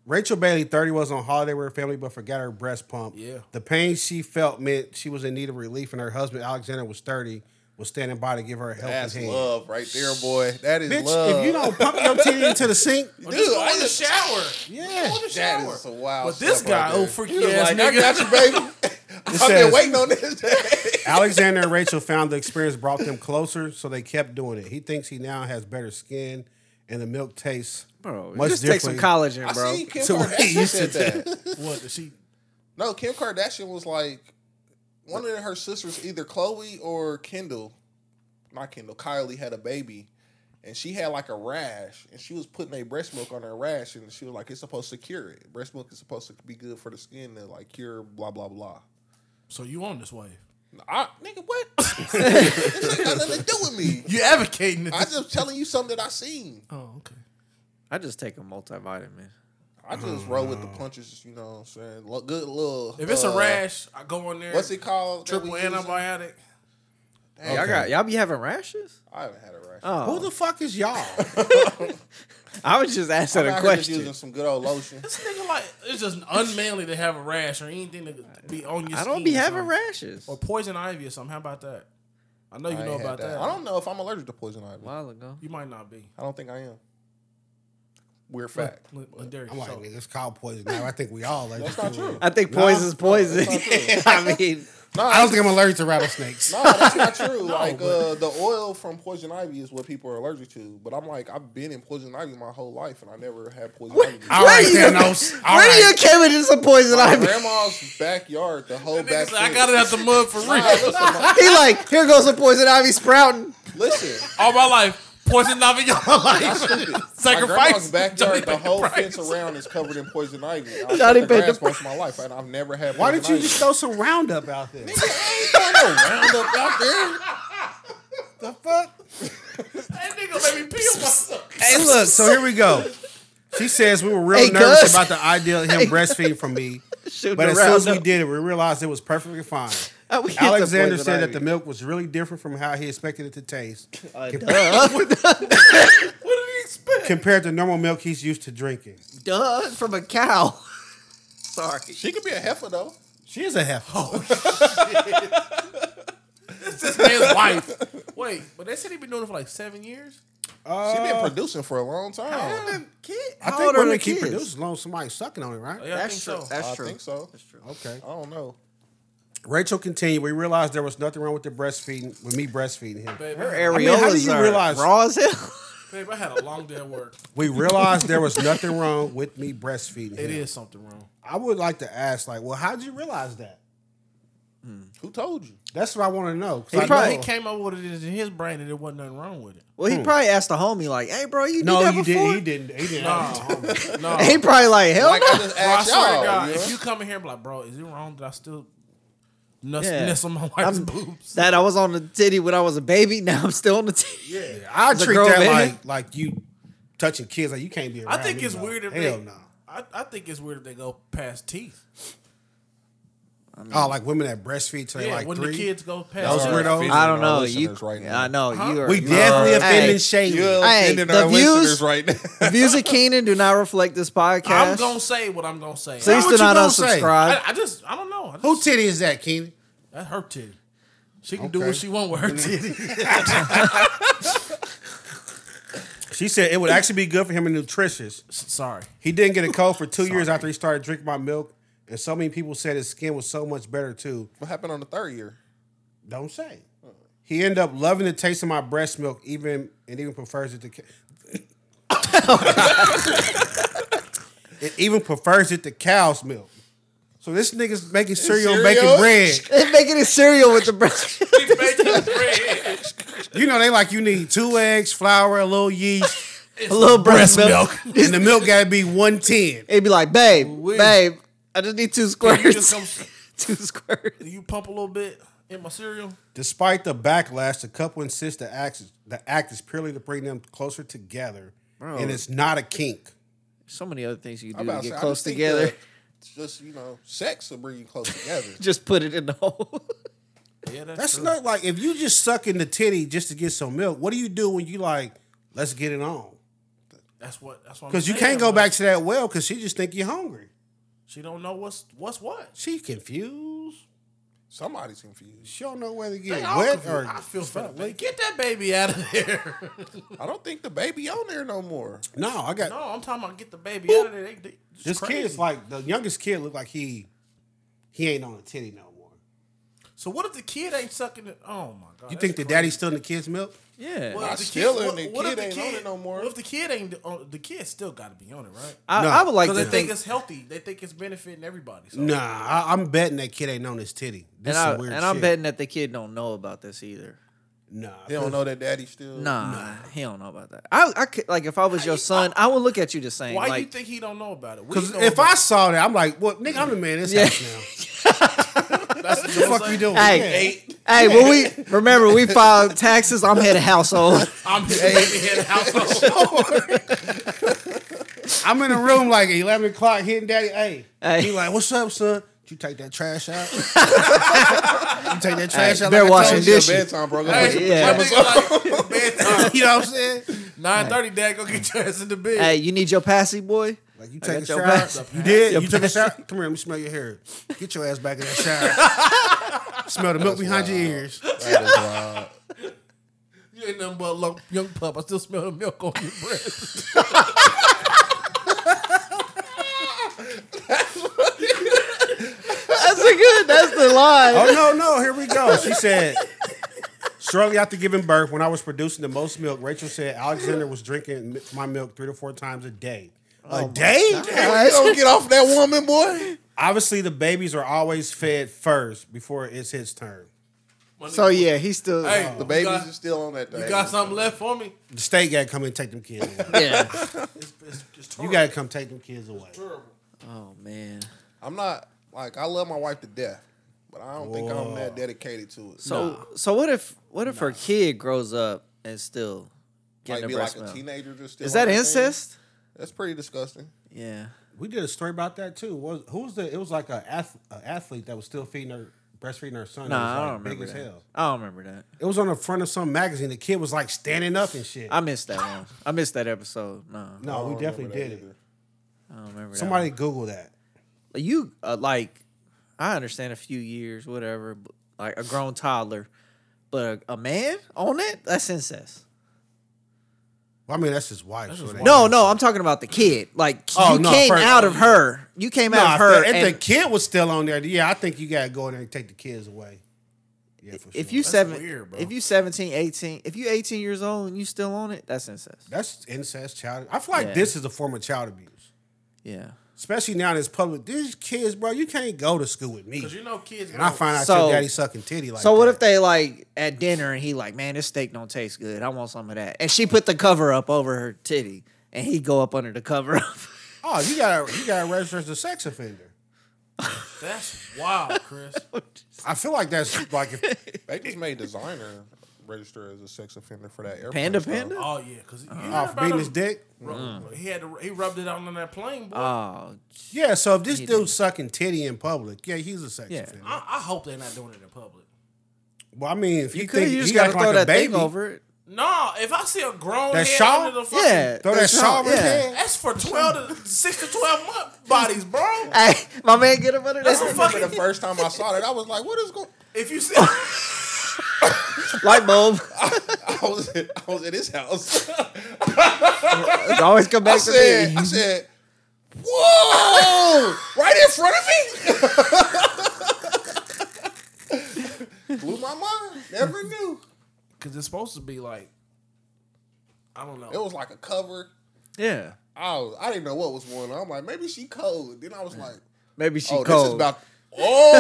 Rachel Bailey, 30, was on holiday with her family but forgot her breast pump. Yeah. The pain she felt meant she was in need of relief, and her husband, Alexander, was 30, was standing by to give her a helping That's hand. love right there, boy. That is Bitch, love. if you don't pump your titty into the sink, Dude, just go I in the just- shower. Yeah. Go in the That shower. is a wild. But this step right guy, oh there. freaky He was ass like, nigga. I got you, baby. I've says- been waiting on this day. Alexander and Rachel found the experience brought them closer, so they kept doing it. He thinks he now has better skin, and the milk tastes Bro, much just take some differently. collagen, I bro. seen Kim So what he Kardashian used to said that. What? Did she? No, Kim Kardashian was like one of her sisters, either Chloe or Kendall, not Kendall, Kylie had a baby. And she had like a rash, and she was putting a breast milk on her rash, and she was like, "It's supposed to cure it. Breast milk is supposed to be good for the skin to like cure blah blah blah." So you on this wave? I, nigga, what? this ain't got nothing to do with me. You advocating it? I just telling you something that I seen. oh, okay. I just take a multivitamin. I just roll with the punches. You know what I'm saying? Look, good little. Mm. If it's uh, a rash, I go on there. what's it called? that Triple we use? antibiotic. Y'all got y'all be having rashes? I haven't had a Uh, rash. Who the fuck is y'all? Oh, I was just asking I'm a out here just question. using some good old lotion. This nigga like it's just unmanly to have a rash or anything to be on your. I don't skin be or having something. rashes. Or poison ivy or something. How about that? I know you I know ain't had about that. I don't know if I'm allergic to poison ivy. A while ago. You might not be. I don't think I am. Weird fact. Look, look, Derek, I'm like, so- nigga, it's called poison. Now I think we all like. That's not true. I think poison's poison. that's I mean, No, I don't think I'm allergic to rattlesnakes. No, that's not true. like uh, the oil from poison ivy is what people are allergic to. But I'm like, I've been in poison ivy my whole life, and I never had poison ivy. before. All right, you- Thanos. All where do right. you came into some poison My ivy? grandma's backyard, the whole back. Nigga said, I fence. got it out the mud for Nah, real. listen, my- He like, here goes some poison ivy sprouting. listen, All my life, poison ivy all my life. that's stupid. My Sacrifice. grandma's Johnny backyard, the paid the whole price. fence around is covered in poison ivy. I Johnny paid cut the the grass most of my life, and I've never had. Why poison didn't you ivy. just throw some Roundup out there? I ain't throwing no roundup out there? the fuck? That nigga made me pee on myself. Hey, look. So here we go. She says we were real Hey, nervous cuz. about the idea of him breastfeeding from me, Shooting but the as soon as we Roundup. did it, we realized it was perfectly fine. Oh, we hit the Alexander poison said that ivy. Uh, the milk was really different from how he expected it to taste. What did he expect? compared to normal milk he's used to drinking. duh from a cow. Sorry. She could be a heifer though. She is a heifer. This man's wife. Wait, but they said he been doing it for like seven years. She Uh, been producing for a long time. Kid, I how think old are women the keep kids? producing as long as somebody's sucking on it, right? Oh, Yeah, I That's think true. so. That's I true. think so. Okay. I don't know. Rachel continued. We realized there was nothing wrong with the breastfeeding, with me breastfeeding him. Babe, Her I- areolas mean, how do you are realize- raw as hell. babe, I had a long day at work. We realized there was nothing wrong with me breastfeeding It him. is something wrong. I would like to ask, like, well, how did you realize that? Who told you? That's what I want to know. 'cause He I Probably probably- know- he came up with it in his brain and there wasn't nothing wrong with it. Well, he probably asked the homie like, "Hey, bro, you Hmm. no, did that you before?" didn't. He didn't. He didn't. ask the homie. No, He probably like, "Hell Like no." I just Oh, Bro, I asked swear y'all. to God, you know? if you come in here and be like, bro, is it wrong that I still nuss, Yeah. nestle my wife's I'm- boobs? That I was on the titty when I was a baby. Now I'm still on the titty. Yeah, I The treat girl that baby? like like you touching kids. Like you can't be. Around I think me, it's bro. weird if Hell they. no. I, I think it's weird if they go past teeth. Oh, like women that breastfeed till they Yeah, like when three. the kids go That was past. weird. teeth. weirdo. I don't Our know. You, listeners right now. I know you are. We you definitely are- offending Hey, shade. You're Hey, offending the our views- listeners right now. the views of Keenan do not reflect this podcast. I'm gonna say what I'm gonna say. Please What do you not gonna say? I, unsubscribe. I just I don't know. I just, Who titty is that, Keenan? That's her titty. She can do Okay. what she want with her titty. She said it would actually be good for him and nutritious. Sorry. He didn't get a cold for two years after he started drinking my milk, and so many people said his skin was so much better too. what happened on the third year? Don't say. He He ended up loving the taste of my breast milk, even and even prefers it to. Ca- it even prefers it to cow's milk. So this nigga's making cereal, and cereal? making bread. They're making it cereal with the breast. He making bread. You know they like you need two eggs, flour, a little yeast, a little breast, milk. and the milk gotta be one ten. It'd be like, babe, Ooh-wee. babe, I just need two squares. You just come- two squares. you pump a little bit in my cereal. Despite the backlash, the couple insists the act the act is purely to bring them closer together, and it's not a kink. So many other things you I'm can do to about to say, get I close just think together. that Just you know, sex will bring you close together. Just put it in the hole. Yeah, that's, That's true. not like if you just suck in the titty just to get some milk. What do you do when you like? Let's get it on That's what. That's what. I'm because you saying, can't go like, back to that well because she just think you're hungry. She don't know what's what's what. She confused. Somebody's confused. She don't know whether to get They all wet confused. or I feel for that. baby. Get that baby out of there. I don't think the baby on there no more. no. I got no, I'm talking about get the baby out of there. They, they, it's this crazy. kid's like the youngest kid. Look like he he ain't on the titty no more. So what if the kid ain't sucking it? Oh my god! You think the that's daddy's still in the kid's milk? Yeah. Well, Not if the still kid- in what- it. what if Kid the ain't on it no more. What if the kid ain't on, the kid still got to be on it, right? I, No. I would like to Because they think, think it's healthy. They think it's benefiting everybody. So. Nah, I, I'm betting that kid ain't on his titty. This is and, I, some weird and I'm shit. betting that the kid don't know about this either. Nah, They don't know that daddy still. Nah, he don't know about that. I, I could, like if I was your son, I would look at you the same. Why like, you think he don't know about it? We Because know if about I saw that, I'm like, well, nigga, I'm the man in this Yeah. house now. That's the fuck you doing? Hey. Yeah. hey, when we remember we filed taxes, I'm head of household. I'm his baby in the household. I'm in the room like 11 o'clock hitting daddy. Hey. Hey. He like, what's up, son? Did you take that trash out? you take that Hey, trash out. they're like I washing told It's your Dishy. bedtime, bro. Go put your Hey, Yeah. my nigga like, bedtime. you? You know what I'm saying? Nine thirty, Dad, go get your ass in the bed. hey, you need your passy, boy. Like, you I take a got your shower. back. You did? you took a shower? Come here, let me smell your hair. Get your ass back in that shower. smell the milk behind your ears. That is wild. You ain't nothing but a lo- young pup. I still smell the milk on your breath. That's a good. That's the line. Oh no, no, here we go. She said shortly after giving birth, when I was producing the most milk, Rachel said Alexander was drinking mi- my milk three to four times a day. Oh A day? Hey, you don't get off that woman, boy. Obviously, the babies are always fed first before it's his turn. So yeah, he's still. Hey, The babies got- is still on that thing. you got something left for me? The state got to come and take them kids. away. Yeah. It's, it's, it's You terrible. got to come take them kids away. terrible. Oh man. I'm not like I love my wife to death, but I don't think I'm that dedicated to it. So so what if what if her kid grows up and still like getting be a breast like a milk? teenager just still Is on that thing? incest? That's pretty disgusting. Yeah. We did a story about that too. Was who was the? It was like a, ath- a athlete that was still feeding her, breastfeeding her son. It was, Nah, I like, don't remember big that. as hell. I don't remember that. It was on the front of some magazine. The kid was like standing up and shit. I missed that one. I missed that episode. No, no, we definitely did it. I don't remember. that Somebody Google that. one. you uh, like, I understand a few years, whatever, but, like a grown toddler, but a, a man on it, that's incest. Well, I mean, that's his wife. so it ain't- No, no, I'm talking about the kid. Like Oh, you no, came first- out of her. You came Nah, out of her. if, the, if the and kid was still on there, yeah, I think you gotta go in there and take the kids away. Yeah, for if sure. you seven, weird, bro. if you 17, 18, if you 18 years old and you still on it, that's incest. that's incest, child. I feel like Yeah. this is a form of child abuse, Yeah. especially now in this public. These kids, bro, you can't go to school with me. Cause you know kids. and I grow. find out So- your daddy sucking titty. Like, So what that. if they like at dinner and he like, man, this steak don't taste good. I want some of that. And she put the cover up over her titty, and he go up under the cover up. Oh, you gotta you gotta register as a sex offender. That's wild, Chris. I feel like that's like if, uh, They just made designer register as a sex offender for that airplane. Panda stuff. panda. oh yeah, cause you heard oh, for about beating him- his dick. Ru- He had to, he rubbed it out on that plane, boy. Mm. Oh, Yeah, so if this He dude's did. sucking titty in public, yeah, he's a sex Yeah. offender. I, I hope they're not doing it in public. Well, I mean, if you, you could. think You just he gotta acting throw like a that thing baby, over it. No, if I see a grown That head shawl? under the fucking, Yeah, throw that that's shawl right, over his yeah. head. that's for twelve to six to twelve month bodies, bro. Hey, my man, get up under That's that a Remember fucking the first time I saw that, I was like, "What is going?" If you see, light bulb. I was I was at his house. It always come I back to said, me. I said, "Whoa!" right in front of me. Blew my mind. Never knew. because it's supposed to be like, I don't know. It was like a cover. Yeah. I was, I didn't know what was going on. I'm like, maybe she cold. Then I was like, Maybe she oh, cold. this is about.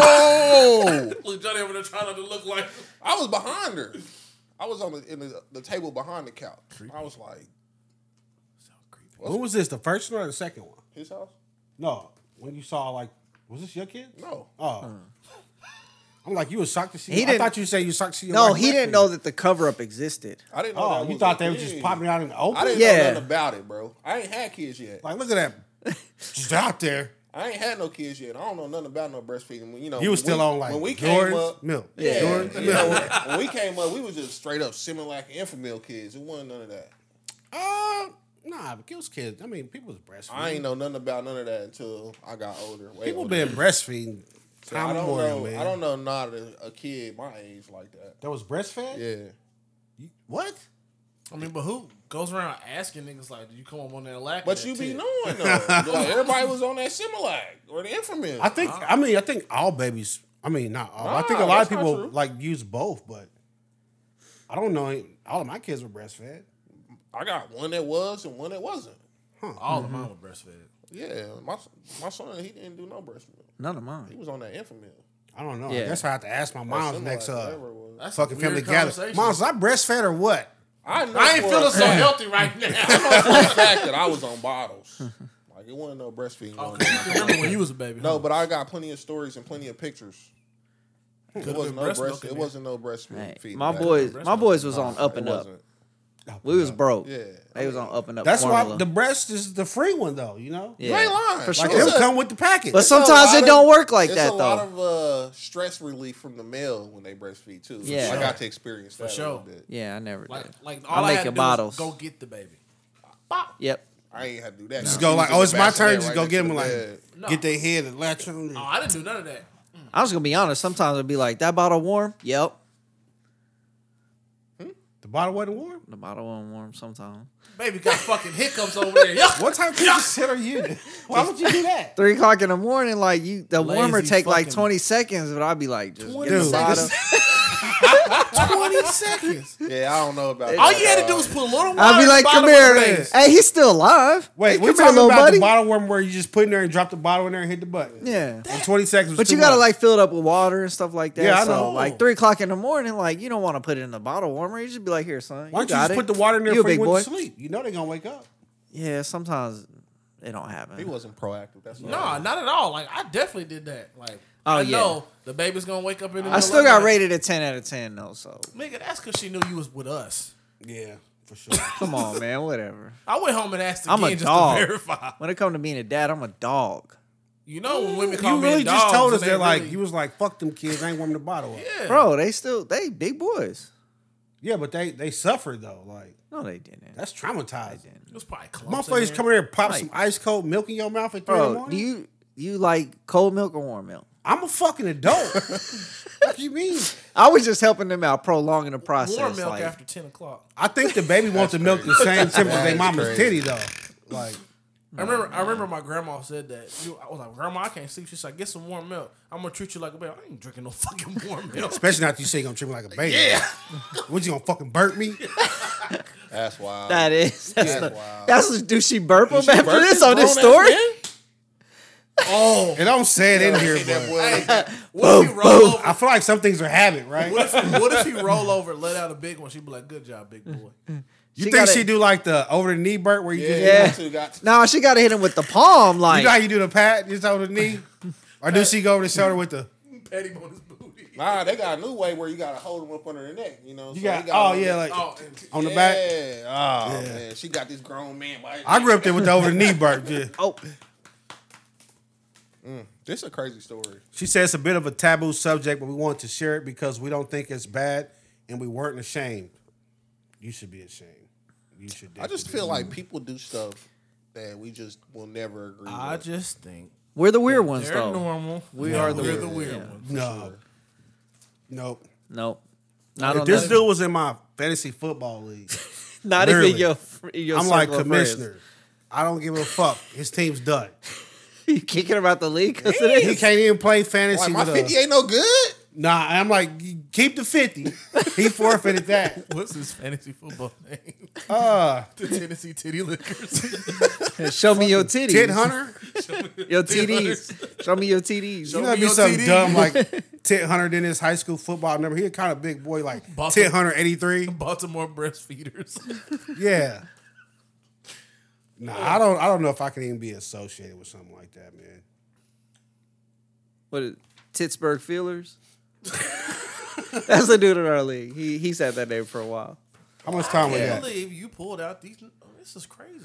Oh, Look, Johnny over there trying not to look like. I was behind her. I was on the, in the, the table behind the couch. I was like, When was this? The first one or the second one? his house? No. When you saw like, was this your kid? No. Oh. I'm like, you was shocked to see. He I didn't- thought you said you shocked to see. your no, wife he didn't breastfeeding. know that the cover up existed. I didn't know. Oh, that you was thought a they was just thing. popping out in the I open? didn't Yeah. know nothing about it, bro. I ain't had kids yet. Like, look at that. Just out there. I ain't had no kids yet. I don't know nothing about no breastfeeding. When, You know, You was when still we- on like when we Jordan's came up. milk. Yeah, Jordan's you milk. know, when- when we came up, we was just straight up Similac and Infamil kids. It wasn't none of that. Uh, nah, but it was kids. I mean, people was breastfeeding. I ain't know nothing about none of that until I got older. Way People older. been breastfeeding. So I Time don't immemorial, know. man. I don't know not a, a kid my age like that. That was breastfed. Yeah, What? I mean, but who goes around asking niggas like, "Do you come up on that lack?" but you be knowing though. like, everybody was on that Similac or the Infamil. I think. I mean, I think all babies. I mean, not all. I think a Nah, lot of that's not people true. like use both, but I don't know. any- All of my kids were breastfed. I got one that was and one that wasn't. All Mm-hmm. of mine were breastfed. Yeah, my my son he didn't do no breast milk. None of He mine. was on that infamil. I don't know. I Yeah. guess I have to ask my mom's next uh, That's fucking a weird family gathering. conversation. Mom's, I breastfed or what? I, know I ain't for feeling a so fact- healthy right now. I know for a fact that I was on bottles. Like it wasn't no breastfeeding. on Okay, there. you remember when you was a baby? No, but I got plenty of stories and plenty of pictures. It Could've been wasn't no breast breast. milk in It there. wasn't no breast Hey, feeding. my back boys, then. my boys was on up It and up. wasn't. We was broke. Yeah. they was on up and up. That's why formula. the breast is the free one though. You know, Yeah. You ain't lying. For like sure. it'll It's a- come with the package. But it's a sometimes lot it of- don't work like it's that a though. lot of uh, stress relief from the male when they breastfeed too. Yeah. I got to experience that sure. a little bit. yeah, I never like, did. like I all I, make had to your do was bottles. go get the baby. Yep. I ain't had to do that. Just Nah. go like, He oh, was it's my bashing that turn. Just right go next get to them the like, bed. No. get their head and latch on. Oh, I didn't do none of that. I was gonna be honest. Sometimes I'd be like, "That bottle warm." Yep. The bottle wasn't warm. The bottle wasn't warm. Sometimes Baby got fucking hiccups over there. Yo, What type of piece of shit are you? Why would you do that? three o'clock in the morning, like you, the Lazy warmer take like fucking- twenty seconds, but I'd be like, just get the Dude. bottle. twenty seconds. Yeah, I don't know about. All that, uh, you had to dog. do was put a little water. I'd be like, bottom "Come of here, the baby." hey, he's still alive." Wait, Hey, we're come talking little about the bottle worm where you just put in there and drop the bottle in there and hit the button. Yeah, In 20 seconds. was but you too gotta much. like fill it up with water and stuff like that. Yeah, I so know. like three o'clock in the morning, like you don't want to put it in the bottle warmer. You just be like, "Here, son, Why don't you got just it. put the water in there You a before you big went boy." to sleep? You know they're going to wake up. Yeah, sometimes it don't He happen. wasn't proactive. That's all. Nah, not at all. Like I definitely did that. Like Oh, I yeah. know the baby's gonna wake up in the middle I still of got the night. rated a ten out of ten though. So Nigga, that's because she knew you was with us. Yeah, for sure. come on, man, whatever. I went home and asked again I'm a just dog. to verify. When it comes to being a dad, I'm a dog. You know when women call you me really a dog, just told us they that, like, really- you was like, fuck them kids. I ain't warming the bottle up. Yeah, yeah. Bro, they still they big boys. but they, they suffered, though. Like, No, they didn't. that's traumatizing. It was probably clumps in Motherfuckers there. come in here and pop Like- some ice cold milk in your mouth at 3 in the Bro, morning. do you you like cold milk or warm milk? I'm a fucking adult. what you mean? I was just helping them out, prolonging the process. warm milk like, after ten o'clock. I think the baby wants the milk the same temperature they That's mama's crazy. titty, though. Like, I remember. I remember my grandma said that. You- I was like, Grandma, I can't sleep. She's like, Get some warm milk. I'm gonna treat you like a baby. I ain't drinking no fucking warm milk. Especially not you say you're gonna treat me like a baby. Yeah. what you gonna fucking burp me? That's wild. that is that's, That's the- wild. that's what- do she burp them She after birthed this on this grown-ass story? man? oh, And I'm saying in here, Hey, that but what boy, if he roll over? I feel like some things are habit, right? What if, what if he roll over, let out a big one? She'd be like, "Good job, big boy." You She think gotta- she do like the over the knee burp where you yeah, just Yeah. you two got- No, she got to hit him with the palm. you know how Like, you do the pat just over the knee? Or do she go over the shoulder with the Pat him on his booty. Nah, they got a new way where you gotta hold them up under the neck. You know, you so got, they got oh yeah, like Oh, and- on the yeah. back? Oh man, she got this grown man. by his I neck. grew up there with the over the knee burp. yeah. oh, This is a crazy story. She says it's a bit of a taboo subject, but we want to share it because we don't think it's bad and we weren't ashamed. You should be ashamed. You should I just feel like people do stuff that we just will never agree I with. just think we're the weird ones they're though. normal. We are the We're weird, the weird yeah. ones. No. Nope. Nope. Not If on this that- dude was in my fantasy football league, Not Literally. even your. in your I'm like circle of friends. commissioner. I don't give a fuck. His team's done. You kicking about the league? 'Cause it He is. can't even play fantasy Like my uh, with fifty us. ain't no good. Nah, I'm like, keep the 50. He forfeited that. What's his fantasy football name? Uh, the Tennessee Titty Lickers. Show me your titties. Tit Hunter? Your TDs. Show me your TDs. Show You me know, it'd be your something TD. dumb like Tit Hunter did his high school football number. He a kind of big boy, like Buffalo. Tit Hunter 83. Baltimore breastfeeders. Yeah. Nah, I don't. I don't know if I can even be associated with something like that, man. What is Pittsburgh Feelers? That's the dude in our league. He he's had that name for a while. How much Oh time we I got? believe you pulled out these. Oh, this is crazy.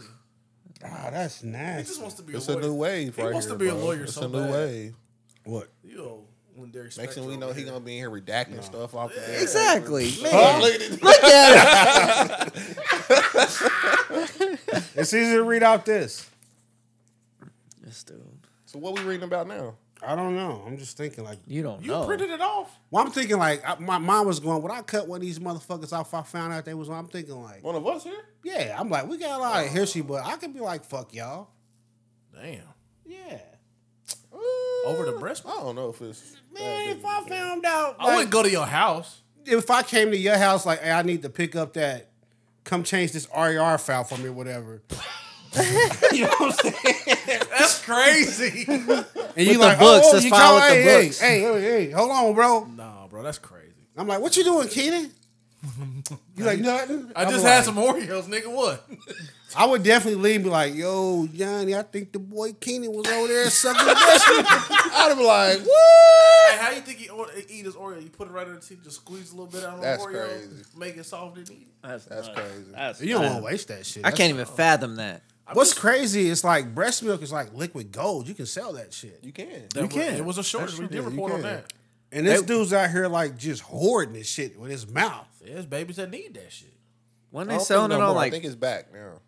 Ah, that's He nasty. just wants to be It's a a lawyer. new wave He right wants here, to be a bro. lawyer It's so a new bad. wave. What? Yo, Lindarius Next thing Spector we know, over he here. gonna be in here redacting stuff off the damn Exactly. Man, paper. Look at this. look at him. It's easy to read out this. This dude. So what we reading about now? I don't know. I'm just thinking like. You don't You know. printed it off. Well, I'm thinking like I, my mind was going. When I cut one of these motherfuckers off, I found out they was. on, I'm thinking like, One of us here? yeah. I'm like, we got a lot of history, but I could be like, fuck y'all. Damn. Yeah. Over the breast. Uh, I don't know if it's Man, if I found out, I like, wouldn't go to your house. if I came to your house, like, hey, I need to pick up that, come change this RER file for me, or whatever. you know what I'm saying? That's crazy. And you the like, books, oh, this you file call, with the hey, hey, books. hey, hey, hey, hold on, bro. nah, bro, that's crazy. I'm like, what you doing, Keenan? You like nothing? I I'm just like- had some Oreos, nigga. What? I would definitely leave and be like, yo, Johnny, I think the boy Keenan was over there sucking the best. I'd be like, what? Hey, how you think he or- eat his Oreo? You put it right on the teeth, just squeeze a little bit out on That's the Oreo, crazy. make it soft and eat. it. That's, That's crazy. You don't want to waste that shit. I can't even fathom that. What's crazy is like breast milk is like liquid gold. You can sell that shit. You can. That can. It was a shortage. We Yeah, did you report on can. that. And this dude's out here like just hoarding this shit with his mouth. There's babies that need that shit. When I they don't selling think no it on more. I like think it's back now.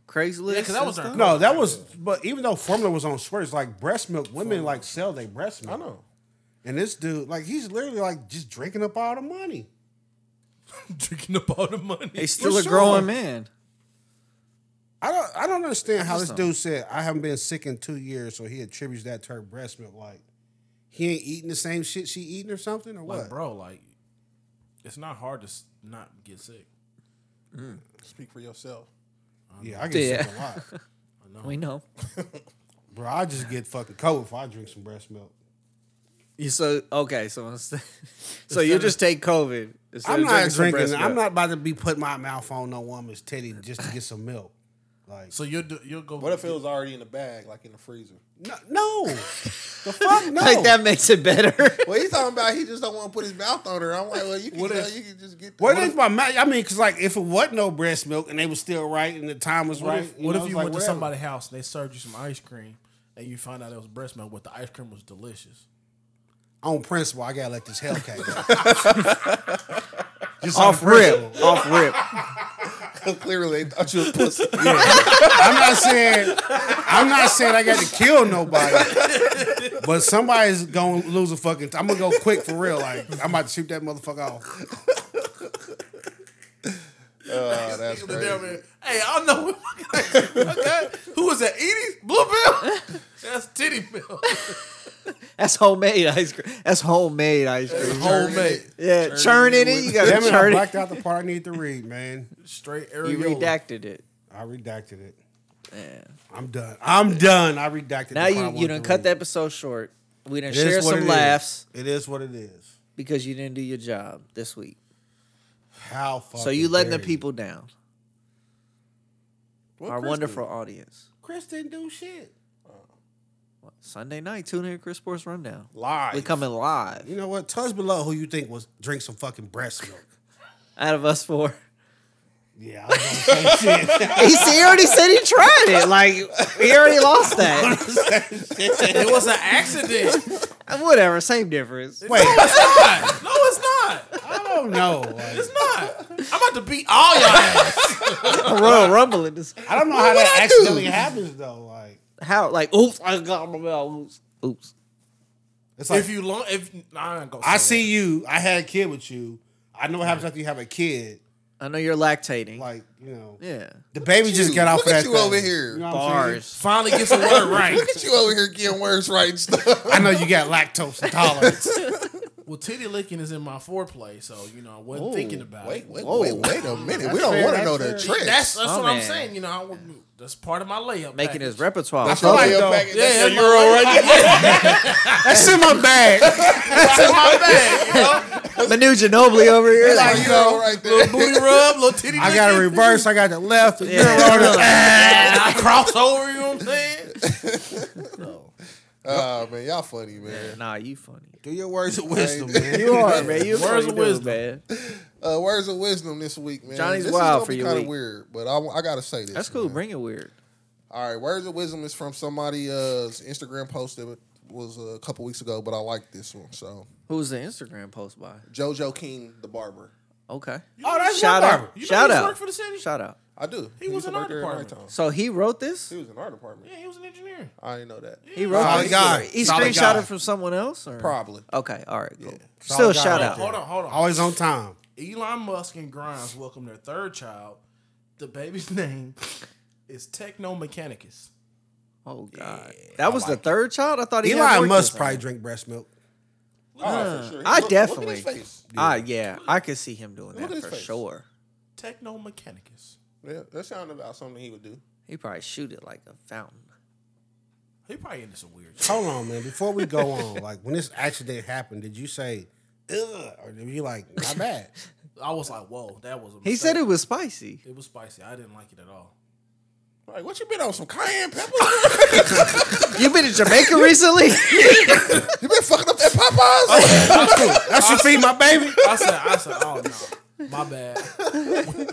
Yeah, Craigslist. 'cause that and was our- stuff? No, that was but even though formula was on sweaters, like breast milk, women like sell their breast I milk. know. And this dude, like, he's literally like just drinking up all the money. Drinking up all the money. He's still For a sure. growing man. I don't I don't understand how this Interesting. dude said I haven't been sick in two years, so he attributes that to her breast milk. Like he ain't eating the same shit she eating or something or like, what? bro, like, it's not hard to s- not get sick. Speak for yourself. Yeah, I get sick Yeah. a lot. We know. Bro, I just get fucking cold if I drink some breast milk. You so okay, so instead, so you just take COVID. instead I'm of not some breast drinking. I'm milk. not about to be putting my mouth on no woman's titty just to get some milk. Like So you'll do, you'll go. What if it was already in the bag, like in the freezer? no, no. the fuck no. like that makes it better. Well, he's talking about he just don't want to put his mouth on her. I'm like, well, you can, What you know, if- you can just get. What if my mouth? I mean, because like if it wasn't no breast milk and they was still right and the time was What right, if, what know, if it's you like, went to whatever. somebody's house and they served you some ice cream and you found out it was breast milk, but the ice cream was delicious? on principle? I gotta let this Hellcat go. Just off rip, off rip. Clearly, they thought you was pussy. Uh, I'm not saying I'm not saying I got to kill nobody, but somebody's gonna lose a fucking. i am I'm gonna go quick for real. Like I'm about to shoot that motherfucker off. Oh, that's The crazy. damn man, Hey, I know. okay. Who was that? Edie's Blue Bill? That's titty milk. That's homemade ice cream. That's homemade ice cream. Homemade. Yeah, churn it in. You gotta Damn it! I churn it. blacked out the part I need to read, man. Straight You areola. redacted it. I redacted it. Man. I'm done. I'm done. I redacted. Now the part I you wanted you done to cut read. the episode short. We done It is share what it some is. laughs It is what it is. because you didn't do your job this week. How fucking So you letting the dare you. people down. What Our Chris wonderful audience. Chris didn't do shit. Sunday night, tune in to Chris Sports Rundown. did? Live. We coming live You know what? Tell us below who you think was drink some fucking breast milk. out of us four. Yeah, I was gonna say shit. he, said- he already said he tried it. Like he already lost that. It was an accident. Whatever, same difference. Wait, I It's not. No, it's not. don't know. Like, It's not. I'm about to beat all y'all ass. Royal Rumble in this. I don't know how that accidentally happens though. Like How like oops, I got my mouth. Oops. Oops. it's like If you long, if nah, I ain't gonna. I say see you. I had a kid with you. I know what happens after you have a kid. I know you're lactating. Like you know, yeah. the baby just you. got off Look of at that you over thing. here. You know what I'm saying? Bars. that. Finally gets a word right. Look at you over here getting words right and stuff. I know you got lactose intolerance. Well, titty licking is in my foreplay, so you know I wasn't thinking about wait, it. wait, Whoa. wait, wait a minute. we That's don't fair, want to that's know the fair. tricks. That's that's My what I'm man. saying. You know, I, wouldn't- that's part of my layup. Making his package. repertoire. That's your like layup though- package. Yeah, That's your that's euro right there. That's in my bag. That's my bag. You know? Manu Ginobili over here. That's your euro right there. little booty rub, little titty. I got a licking. reverse. I got the left. Yeah. And I cross over. You know what I'm saying? Oh man, y'all funny man. nah, you funny. Do your words of wisdom, Hey. man. You are, man. You Words funny of dude, wisdom. man. Uh, words of wisdom this week, man. Johnny's this wild is for your kind of week. weird, but I, I gotta say this. That's cool. man. Bring it weird. All right, words of wisdom is from somebody uh's Instagram post that was a couple weeks ago, but I like this one. So Who's the Instagram post by? JoJo King, the barber. Okay. Oh, that's Shout my out. barber. You know he Shout used to out. Work for the city. Shout out. I do. He was used to in our work there at department. nighttime. So he wrote this. He was in our department. Yeah, he was an engineer. I didn't know that. He wrote Solid this. guy. He Solid screenshot guy. it from someone else, or Probably. Okay. All right. Cool. Still Solid guy shout right out. there. Hold on, hold on. Always on time. Elon Musk and Grimes welcome their third child. The baby's name is Techno Mechanicus. Oh God, that was the third child. I thought he had Elon more Musk kids. probably drink breast milk. Oh, for sure. I Look- definitely- Look at his face. Ah, yeah, I could see him doing Look at that his for face. sure. Techno Mechanicus. Yeah, that sounded about something he would do. He probably shoot it like a fountain. He probably into some weird shit. Hold on, man. Before we go on, like when this accident happened, did you say, ugh? Or were you like, not bad? I was like, whoa, that was a mistake. He said it was spicy. It was spicy. I didn't like it at all. Like, what you been on some cayenne pepper? You been to Jamaica recently? you been fucking up that Popeyes? I should feed my baby. I said, I said, oh no. My bad.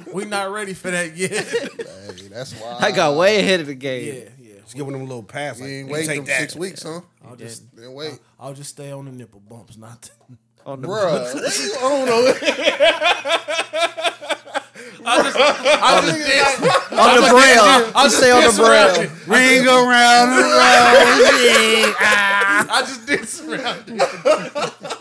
we not ready for that yet. hey, that's why I got way ahead of the yeah, game. yeah. Just giving them a little pass. You Like, ain't you wait take them that. six weeks, huh? I'll just Then wait, I'll just stay on the nipple bumps, not On the bruh. what you on over there? I just did on the braille. I'll stay on the braille. Ring around the rosy. Ah. I just did surround it.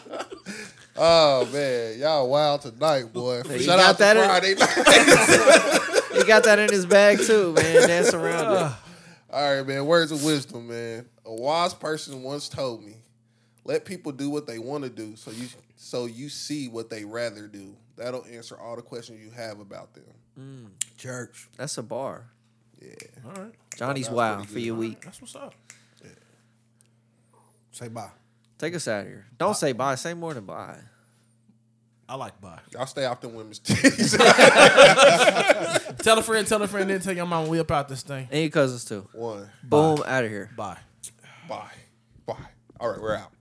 Oh man, y'all wild tonight, boy. you Shout got out that to in- Friday night. He got that in his bag too, man. Dance around it. All right, man. Words of wisdom, man. A wise person once told me, "Let people do what they want to do, so you so you see what they rather do. That'll answer all the questions you have about them." Church. That's a bar. All right. Johnny's wild for your week. That's what's up. Say bye. Take us out of here. Don't say bye. Say more than bye. I like bye. Y'all stay off the women's titties. Tell a friend, tell a friend, then tell your mama we up out this thing. And your cousins too. One, Boom, out of here. Bye. bye, bye. All right, we're out.